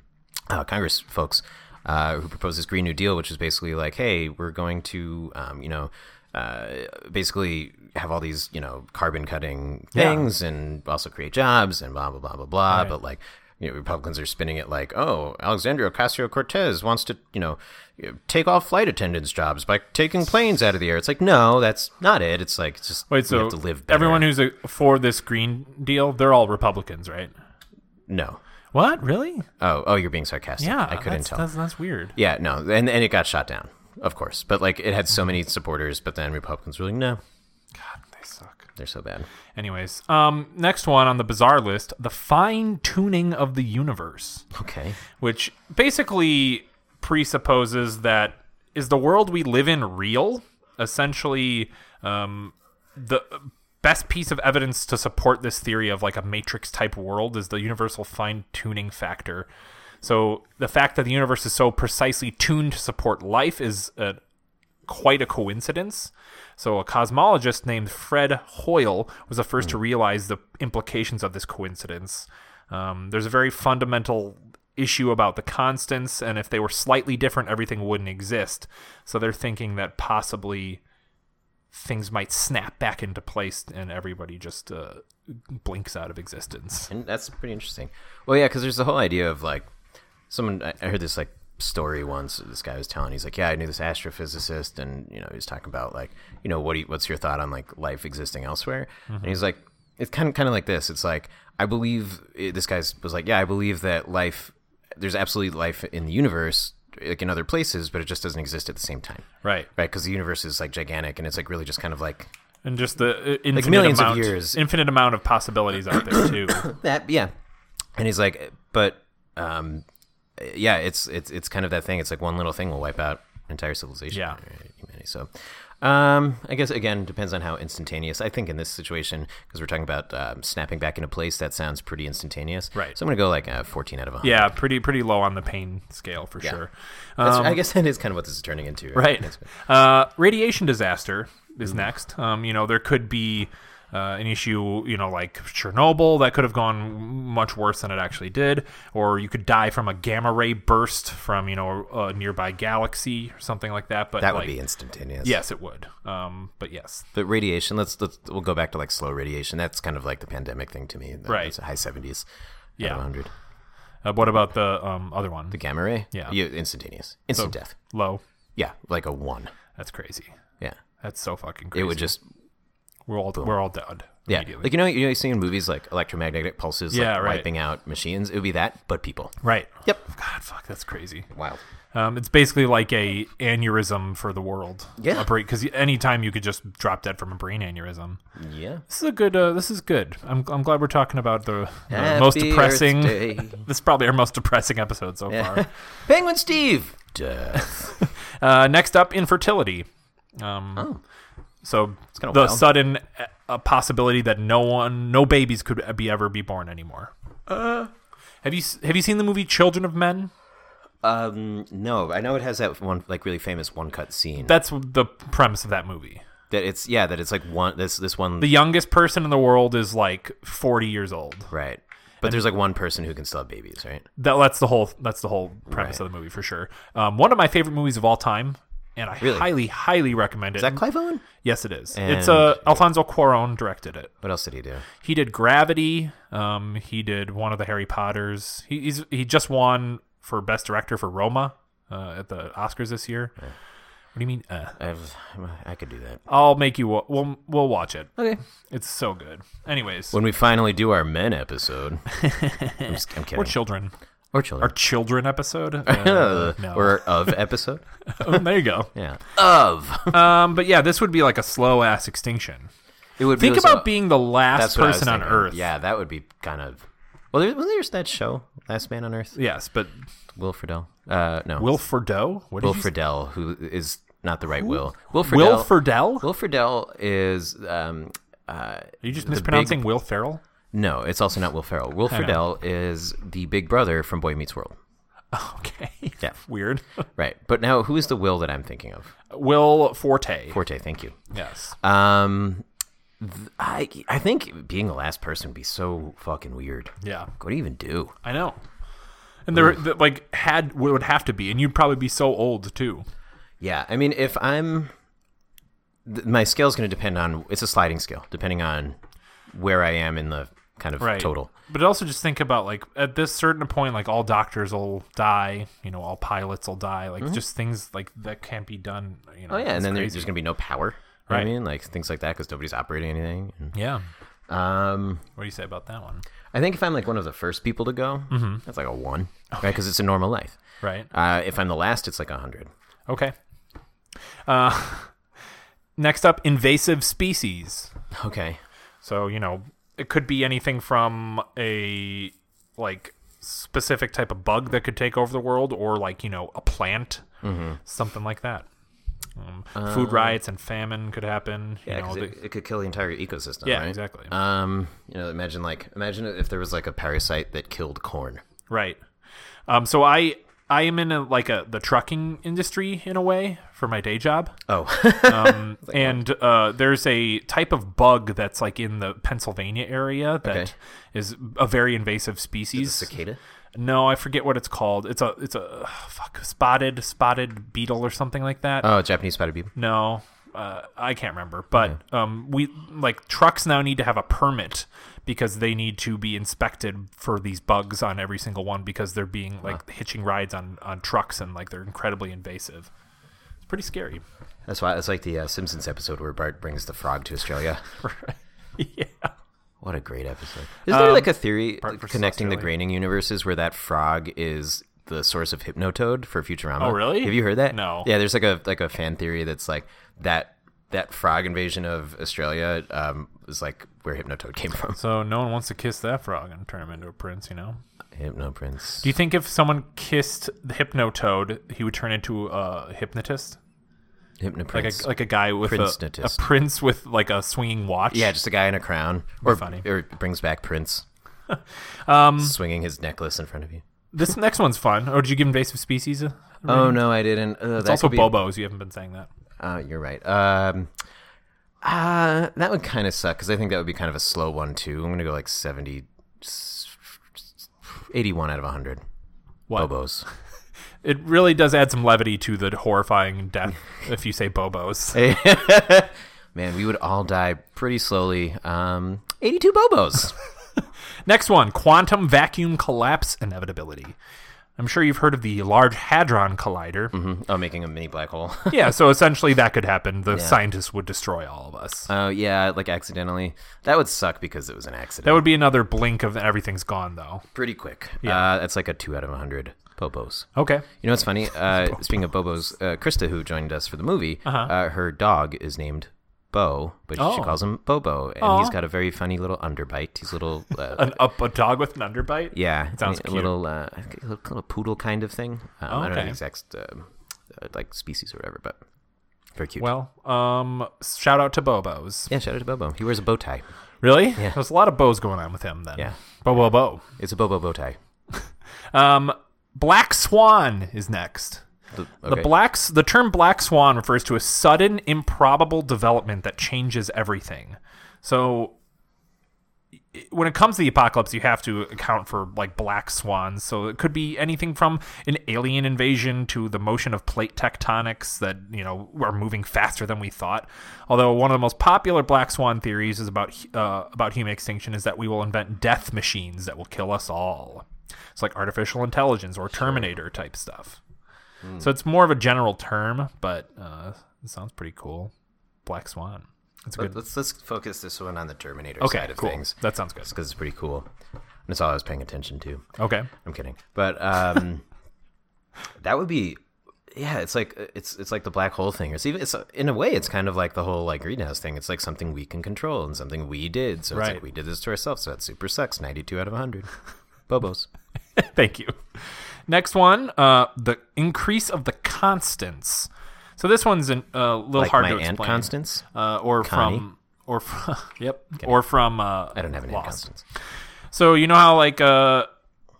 uh, Congress folks uh, who proposed this Green New Deal, which is basically like, hey, we're going to, um, you know, uh, basically have all these, you know, carbon cutting Yeah. things and also create jobs and blah blah blah blah blah. But like. You know, Republicans are spinning it like, "Oh, Alexandria Ocasio Cortez wants to, you know, take off flight attendants' jobs by taking planes out of the air." It's like, no, that's not it. It's like, it's just Wait, we so have to live better. everyone who's uh for this Green Deal, they're all Republicans, right? no, What? Really? Oh, oh, you're being sarcastic. Yeah. I couldn't that's, tell. That's, that's weird. Yeah, no, and and it got shot down, of course. But like, it had so many supporters, but then Republicans were like, no, They suck. they're so bad. Anyways, um, next one on the bizarre list: the fine tuning of the universe, Okay, which basically presupposes that is the world we live in real? Essentially, um, the best piece of evidence to support this theory of like a matrix type world is the universal fine tuning factor. So the fact that the universe is so precisely tuned to support life is a quite a coincidence. So, a cosmologist named Fred Hoyle was the first Hmm. to realize the implications of this coincidence. Um, there's a very fundamental issue about the constants, and if they were slightly different, everything wouldn't exist. So, they're thinking that possibly things might snap back into place and everybody just uh, blinks out of existence. and that's pretty interesting. Well, yeah, because there's the whole idea of like, someone I, I heard this like story once. This guy was telling, he's like, yeah, I knew this astrophysicist, and you know, he was talking about like, you know, what do you, what's your thought on like life existing elsewhere? And he's like, it's kind of kind of like this. It's like I believe eh, this guy was like, yeah, I believe that life, there's absolutely life in the universe, like in other places, but it just doesn't exist at the same time. Right. right because the universe is like gigantic and it's like really just kind of like And just the uh, infinite millions of amount, years. infinite amount of possibilities out [COUGHS] there too. that yeah and he's like but um yeah it's it's it's kind of that thing it's like one little thing will wipe out entire civilization Yeah. or humanity so um i guess again depends on how instantaneous i think in this situation because we're talking about um, snapping back into place that sounds pretty instantaneous Right. so i'm gonna go like uh, 14 out of 100 yeah, pretty pretty low on the pain scale for sure. That's- i guess that is kind of what this is turning into Um, Right. Uh, radiation disaster is Mm-hmm. next. Um, you know, there could be uh, an issue, you know, like Chernobyl that could have gone much worse than it actually did, or you could die from a gamma ray burst from, you know, a nearby galaxy or something like that. But that like, would be instantaneous Yes, it would. Um, but yes, But radiation, let's let's we'll go back to like slow radiation. That's kind of like the pandemic thing to me. That Right. was a high seventies. Yeah. hundred. uh, what about the um, other one? The gamma ray. Yeah. instantaneous, instant death. Low. Yeah, like a one. That's crazy. Yeah, That's so fucking it crazy. would just we're all we're all dead. yeah, immediately. like you know you know you see in movies like electromagnetic pulses, Yeah, like right. wiping out machines. It would be that, but people. right. Yep. God, fuck, that's crazy. Wild. Um, it's basically like a aneurysm for the world. Yeah. a brain because anytime you could just drop dead from a brain aneurysm. [LAUGHS] Yeah. This is a good. Uh, this is good. I'm, I'm glad we're talking about the uh, most depressing. [LAUGHS] this is probably our most depressing episode so Penguin Steve. Death. far. Uh, next up, infertility. Um, So the Oh. kinda wild. sudden uh, uh, possibility that no one, no babies could uh, be ever be born anymore. Uh, have you s- have you seen the movie Children of Men? [LAUGHS] um, no, I know it has that one like really famous one cut scene. That's the premise of that movie. that it's yeah, that it's like one this this one The youngest person in the world is like 40 years old. Right. But there's like one person who can still have babies, right? that that's the whole that's the whole premise Right. of the movie for sure. Um, one of my favorite movies of all time, and I Really? highly highly recommend it. Is that Clive Owen? yes, it is. it's And- uh, Alfonso Cuarón directed it. What else did he do? He did Gravity. Um, he did one of the Harry Potters. He, he's he just won for best director for Roma uh, at the Oscars this year. What do you mean? Uh, I've, I could do that. I'll make you. Wa- we'll we'll watch it. Okay. It's so good. Anyways, When we finally do our men [LAUGHS] episode, I'm, just, I'm kidding. or children, Or our children. children episode. [LAUGHS] [LAUGHS] Uh, no. Or of [LAUGHS] episode? Oh, there you go. Yeah. Of. Um, but yeah, this would be like a slow ass extinction. It would Think be so- about being the last That's what I was person on thinking. Earth. Yeah, that would be kind of. Well, there, wasn't there that show, Last Man on Earth? Yes, but Will Friedle. Uh, no. Will Fordeau? What Will did you say? Friedle, who is not the right Will. Will Friedle. Will Friedle? Will Friedle is um, uh, Are you just the big- mispronouncing Will Ferrell? [LAUGHS] no, it's also not Will Ferrell. Will Ferrell is the big brother from Boy Meets World. Okay. Yeah. [LAUGHS] Weird. Right. But now, who is the Will that I'm thinking of? Will Forte. Forte, thank you. yes. Um, th- I, I think being the last person would be so fucking weird. yeah. What do you even do? I know. And there, the, like, had what would have to be, and you'd probably be so old too. Yeah, I mean, if I'm, th- my scale is going to depend on it's a sliding scale depending on where I am in the kind of total. But also just think about like at this certain point, like all doctors will die. You know, all pilots will die. Like just things like that can't be done. You Mm-hmm. know. Oh yeah, and it's then there- crazy. there's going to be no power. You know what I Right. mean, like things like that because nobody's operating anything. yeah. Um, What do you say about that one? I think if I'm like one of the first people to go, that's like a one, right? Because it's a normal life. Right. Uh, if I'm the last, it's like a hundred. [LAUGHS] Okay. Uh, [LAUGHS] next up, invasive species. Okay. So, you know, it could be anything from a like specific type of bug that could take over the world or like, you know, a plant, Mm-hmm. something like that. Um, food riots and famine could happen. You Uh, Yeah, know, 'cause the- it, it could kill the entire ecosystem. yeah right? exactly. Um, you know, imagine like imagine if there was like a parasite that killed corn. Right. Um, so I I am in a, like a the trucking industry in a way for my day job. Oh, Um, and uh, there's a type of bug that's like in the Pennsylvania area Okay. that is a very invasive species. [LAUGHS] cicada. No, I forget what it's called. It's a it's a [SIGHS] fuck spotted spotted beetle or something like that. Oh, Japanese spotted bee. no, uh, I can't remember. But um, we like trucks now need to have a permit because they need to be inspected for these bugs on every single one because they're being like hitching rides on on trucks and like they're incredibly invasive. It's pretty [LAUGHS] scary. That's why it's like the uh, Simpsons episode where Bart brings the frog to [LAUGHS] Australia. yeah. What a great episode! Is there like a theory Um, versus connecting the Australia. graining universes where that frog is the source of Hypnotoad for Futurama? Oh, really? Have you heard that? No. Yeah, there's like a like a fan theory that's like that that frog invasion of Australia um, is like where Hypnotoad came [LAUGHS] from. So no one wants to kiss that frog and turn him into a prince, you know. Hypno Prince. Do you think if someone kissed the hypnotoad, he would turn into a hypnotist? Hypno like Prince. a like a guy with a, a Prince-notist. prince with like a swinging watch. yeah, just a guy in a crown, or funny. or brings back [LAUGHS] Prince, um, swinging his necklace in front of you. This next one's fun. Or did you give invasive species? A, Oh no, I didn't. Uh, it's also Bobos. You haven't been saying that. Uh, you're right. Um, uh, that would kind of suck because I think that would be kind of a slow one too. I'm gonna go like 70, 81 out of hundred. What? Bobos. [LAUGHS] It really does add some levity to the [LAUGHS] horrifying death if you say Bobos. Man, we would all die pretty slowly. Um, 82 [LAUGHS] Bobos. Next one: quantum vacuum collapse inevitability. I'm sure you've heard of the Large Hadron Collider. oh, making a mini black hole. [LAUGHS] Yeah, so essentially that could happen. The scientists would destroy all of us. Oh yeah, like accidentally. That would suck because it was an accident. That would be another blink of everything's gone, though. pretty quick. Uh, that's like a two out of hundred. Bobos. Okay. You know what's [LAUGHS] funny? Uh, speaking of Bobos, uh, Krista, who joined us for the movie, uh her dog is named Bo, but she Uh-huh. Oh. calls him Bobo, and he's got a very funny little underbite. He's a [LAUGHS] little, uh, An, a, a dog with an underbite? yeah, sounds a cute. little, uh, I think a little, little poodle kind of thing. Um, I don't know Okay. the exact um, uh, like species or whatever, but very cute. Well, um, shout out to Bobos. yeah, shout out to Bobo. He wears a bow tie. Really? Yeah. There's a lot of bows going on with him then. Yeah. Bobo Bo. It's a Bobo bow tie. Um, Black Swan is next. The, The blacks the term black swan refers to a sudden improbable development that changes everything. So i- when it comes to the apocalypse, you have to account for like black swans. So it could be anything from an alien invasion to the motion of plate tectonics that, you know, are moving faster than we thought. Although one of the most popular black swan theories is about hu- uh, about human extinction is that we will invent death machines that will kill us all. It's like artificial intelligence or Terminator type stuff. Hmm. So it's more of a general term, but uh, it sounds pretty cool. Black Swan. It's a good. Let's let's focus this one on the Terminator Okay, side of cool. things That sounds good. because it's pretty cool. That's all I was paying attention to. Okay. I'm kidding. But um, [LAUGHS] that would be yeah. It's like it's it's like the black hole thing. It's even it's in a way it's kind of like the whole like greenhouse thing. It's like something we can control and something we did. So it's Right. like we did this to ourselves. So that super sucks. Ninety two out of hundred. Bobos. Thank you. Next one, uh, the increase of the constants. So this one's an- a little Like [LAUGHS] hard my to aunt explain. Constance. uh, or Connie? from or from [LAUGHS] Yep. or from uh, I don't have any Lost. constants. So you know how like uh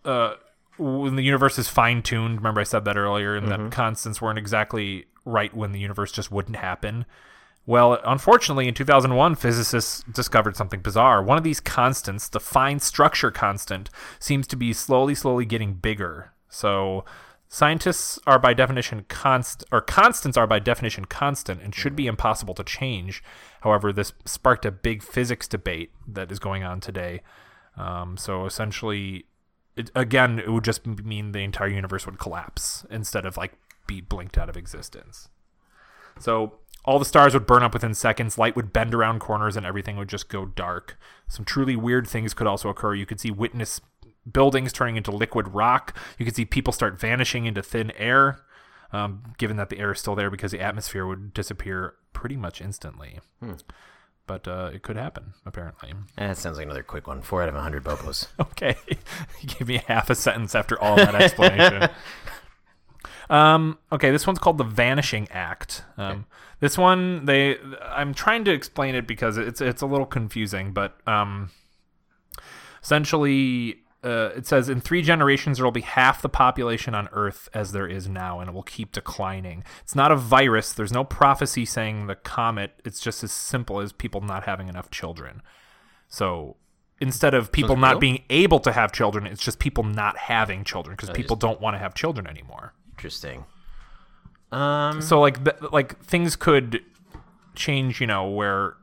uh when the universe is fine tuned. Remember I said that earlier, and that constants weren't exactly right when the universe just wouldn't happen. Well, unfortunately, in 2001, physicists discovered something bizarre. One of these constants, the fine structure constant, seems to be slowly, slowly getting bigger. So, scientists are by definition const, or constants are by definition constant and should be impossible to change. However, this sparked a big physics debate that is going on today. Um, so essentially, it, again, it would just m- mean the entire universe would collapse instead of like be blinked out of existence. So all the stars would burn up within seconds, light would bend around corners, and everything would just go dark. Some truly weird things could also occur. You could see witness buildings turning into liquid rock. You could see people start vanishing into thin air, um, given that the air is still there because the atmosphere would disappear pretty much instantly. But uh, it could happen, apparently. Eh, That sounds like another quick one. Four out of a hundred bobos. [LAUGHS] Okay. you gave me half a sentence after all that explanation. um, okay, this one's called the Vanishing Act. Um, This one, they, I'm trying to explain it because it's it's a little confusing, but um, essentially. Uh, it says in three generations there will be half the population on Earth as there is now, and it will keep declining. It's not a virus. There's no prophecy saying the comet. It's just as simple as people not having enough children. So instead of people not real? being able to have children, it's just people not having children because people don't want to have children anymore. Interesting. Um, So like th- like things could change, you know, where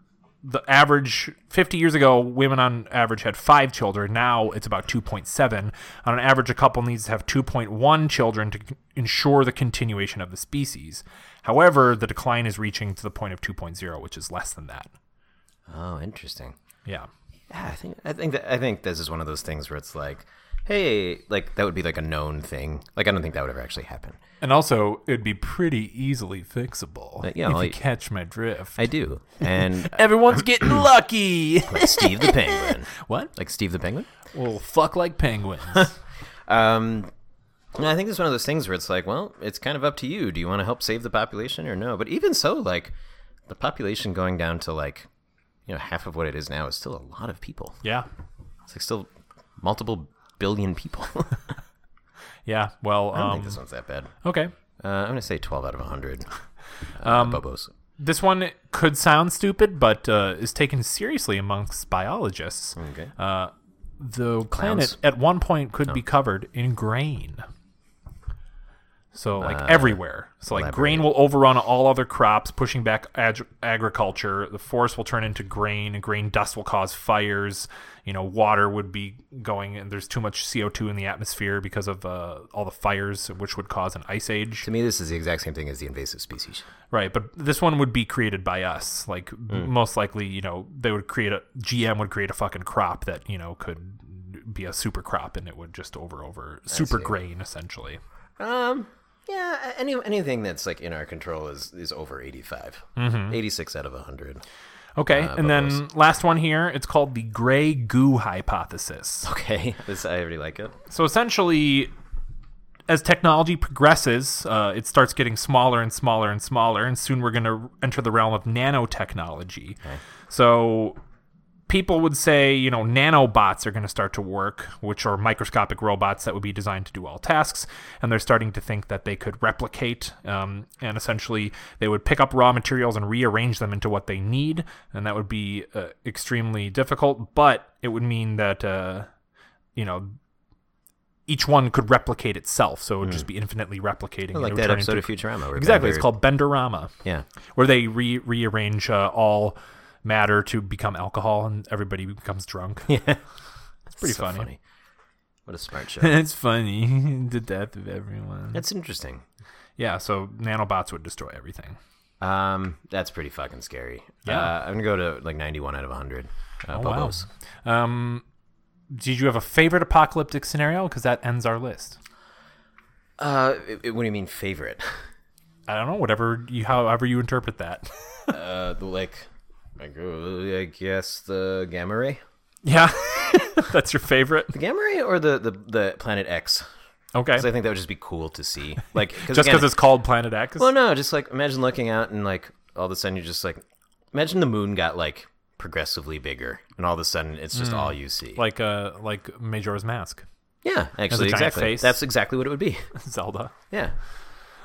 the average 50 years ago women on average had 5 children, now it's about 2.7. On an average a couple needs to have 2.1 children to c- ensure the continuation of the species. However, the decline is reaching to the point of 2.0, which is less than that. oh, interesting. Yeah. Yeah, I think I think that, I think this is one of those things where it's like, hey, like that would be like a known thing. Like I don't think that would ever actually happen. And also, it'd be pretty easily fixable yeah, if you like- catch my drift. I do, and Everyone's [COUGHS] getting lucky. like Steve the Penguin, what? like Steve the Penguin. Well, fuck like penguins. Um, and I think it's one of those things where it's like, well, it's kind of up to you. Do you want to help save the population or no? But even so, like the population going down to like, you know, half of what it is now is still a lot of people. yeah, It's like still multiple billion people. [LAUGHS] yeah. Well, I don't um, think this one's that bad. okay. Uh, I'm gonna say 12 out of 100. Uh, Bobos. This one could sound stupid, but uh, is taken seriously amongst biologists. Okay. Uh, the Mm. Clowns. planet at one point could be covered in grain. So, like Uh, everywhere. So, like grain will overrun all other crops, pushing back ag- agriculture. The forest will turn into grain. Grain dust will cause fires. You know, water would be going, and there's too much CO2 in the atmosphere because of uh, all the fires, which would cause an ice age. To me, this is the exact same thing as the invasive species. Right, but this one would be created by us. Like m- most likely, you know, they would create a GM would create a fucking crop that you know could be a super crop, and it would just over over super grain essentially. Um, yeah, any, anything that's like in our control is is over 85. 86 out of 100. Okay, and then last one here. It's called the gray goo hypothesis. Okay, [LAUGHS] this I already like it. So essentially, as technology progresses, uh, it starts getting smaller and smaller and smaller, and soon we're going to enter the realm of nanotechnology. So people would say, you know, nanobots are going to start to work, which are microscopic robots that would be designed to do all tasks. And they're starting to think that they could replicate. Um, and essentially, they would pick up raw materials and rearrange them into what they need. And that would be uh, extremely difficult, but it would mean that, uh, you know, each one could replicate itself. So it would just be infinitely replicating. and it Hmm. Like would that turn episode into- of Futurama. where Bender- Exactly. It's called Benderama [LAUGHS] Yeah. where they re- rearrange uh, all matter to become alcohol and everybody becomes drunk. It's pretty so funny. What a smart [LAUGHS] show. [LAUGHS] it's funny. [LAUGHS] the death of everyone. that's interesting. Yeah, so nanobots would destroy everything. Um, that's pretty fucking scary. Yeah. Uh, I'm gonna go to like 91 out of 100. Uh, Bobos. wow. Um, did you have a favorite apocalyptic scenario? Because that ends our list. Uh, it- it- what do you mean favorite? I don't know. Whatever you, however you [LAUGHS] interpret that. Uh, the, like, I go- I guess the gamma ray. yeah, [LAUGHS] that's your favorite. The gamma ray or the the, the planet X? Okay, 'Cause I think that would just be cool to see. Like, cause just again- oh, because it's called Planet X. well, no, just like imagine looking out and like all of a sudden you're just like, imagine the moon got like progressively bigger, and all of a sudden it's just all you see. Hmm. like uh, like Majora's Mask, [LAUGHS] yeah, actually, giant exactly. face. That's exactly what it would be. [LAUGHS] Zelda. Yeah.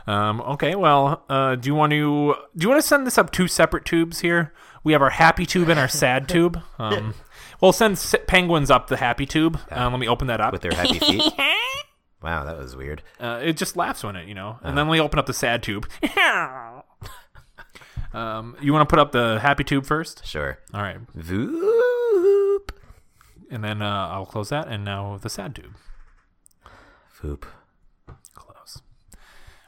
Um, okay, well, uh, do you want to do you want to send this up two separate tubes here? We have our happy tube and [LAUGHS] our sad tube. Um, we'll send s- penguins up the happy tube. Um, let me open that up. With their happy feet. [LAUGHS] wow, that was weird. Uh, it just laughs when it, you know. Uh. And then we open up the sad tube. [LAUGHS] um, you want to put up the happy tube first? Sure. All right, Voop. and then uh, I'll close that. And now the sad tube. Voop. Close.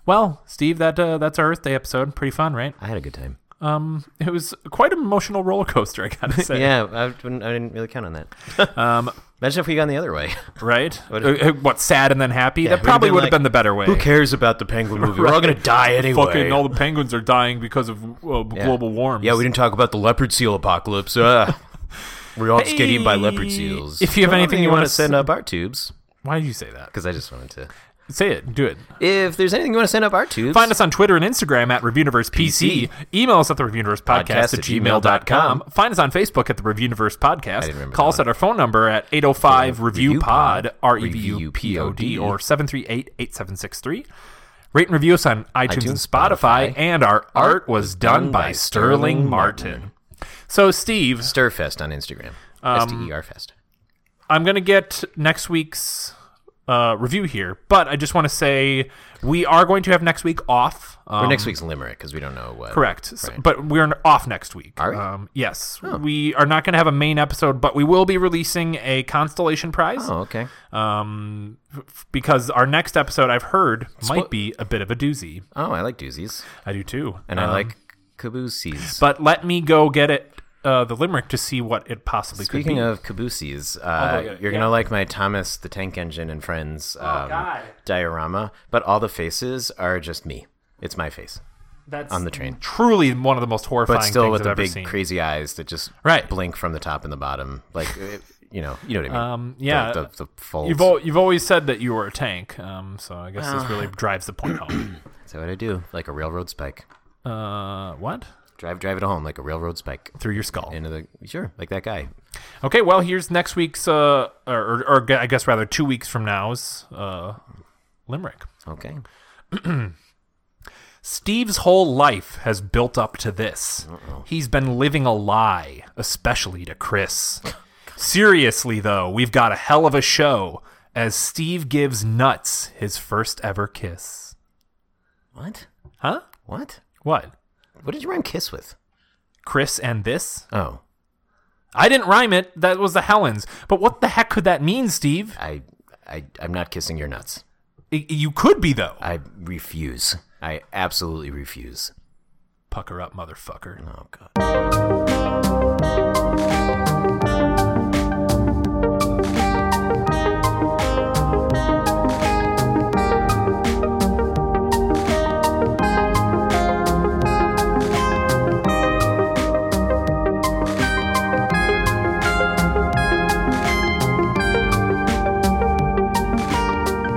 Well, Steve, that uh, that's our Earth Day episode. Pretty fun, right? I had a good time. Um, it was quite an emotional roller coaster, [LAUGHS] I gotta say. Yeah, I didn't, I didn't really count on that. [LAUGHS] Um, Imagine if we had gone the other way. right? What, what sad and then happy? that probably been would have like, been the better way. Who cares about the penguin movie? We're all [LAUGHS] gonna die anyway. Fucking all the penguins are dying because of uh, global warming. Yeah, we didn't talk about the leopard seal apocalypse. Uh, [LAUGHS] we all just get eaten by leopard Hey, seals. if you have Well, I anything mean, you wanna wanna s- send up our tubes, Why did you say that? because I just wanted to. Say it. Do it. If there's anything you want to send up our tubes, Find us on Twitter and Instagram at ReviewUniversePC. Email us at the Podcast Podcast at at gmail.com. Find us on Facebook at the Reviewuniverse I Podcast. didn't remember Call that us at our phone number at 805 Review Pod, Pod, R E V U P O R E V U P O D. D, or 738 8763. Rate and review us on iTunes, iTunes, and Spotify. Spotify. And our art was done by Sterling Martin. So, Steve, Stirfest on Instagram. S T Um, E R Fest. I'm gonna get next week's uh, review here, but I just want to say we are going to have next week off. Um, Or next week's limerick, because we don't know what. correct, S- but we're n- off next week. Are we? Oh. Um, yes, we are not gonna have a main episode, but we will be releasing a constellation prize Oh, okay. um, f- f- because our next episode I've heard might be a bit of a doozy. Oh, I like doozies, I do too, and Um, I like cabooses. But let me go get it. Uh, the limerick to see what it possibly could Speaking be. of cabooses, uh, yeah, you're yeah. gonna like my Thomas the Tank Engine and Friends um, Oh, God. diorama, but all the faces are just me. It's my face, That's on the train. truly one of the most horrifying but still things with I've the ever big seen. crazy eyes that just Right. blink from the top and the bottom, [LAUGHS] like it- you know, you know what I mean. Um, yeah. the, the, the folds. You've al- you've always said that you were a tank, um, so I guess this really drives the point [COUGHS] home. That's what I do, like a railroad spike. Uh, what? Drive, drive it home like a railroad spike Through your skull. into the sure, like that guy. Okay, well here's next week's, uh, or, or, or gu- I guess rather two weeks from now's uh, limerick. Okay, Steve's whole life has built up to this. He's been living a lie, especially to Chris. Seriously though, we've got a hell of a show as Steve gives nuts his first ever kiss. what? Huh? What? What? What did you rhyme kiss with? Chris and this? Oh, I didn't rhyme it. That was the Helens. But what the heck could that mean, Steve? I, I, I'm not kissing your nuts. I- you could be, though. I refuse. I absolutely refuse. Pucker up, motherfucker. Oh god.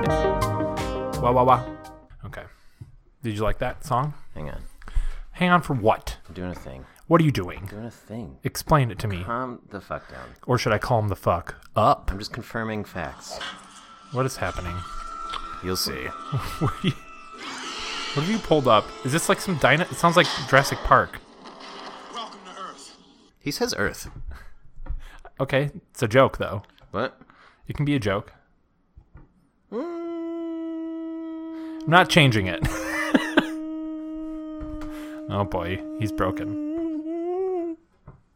Wah, wah, wah. Okay. Did you like that song? Hang on. Hang on for what? I'm doing a thing. What are you doing? doing a thing. Explain it to me. Calm the fuck down. Or should I calm the fuck up? I'm just confirming facts. What is happening? You'll see. what are you- what have you pulled up? Is this like some dino? It sounds like Jurassic Park. Welcome to Earth. He says Earth. Okay, it's a joke, though. What? It can be a joke. [LAUGHS] I'm not changing it. oh boy, he's broken.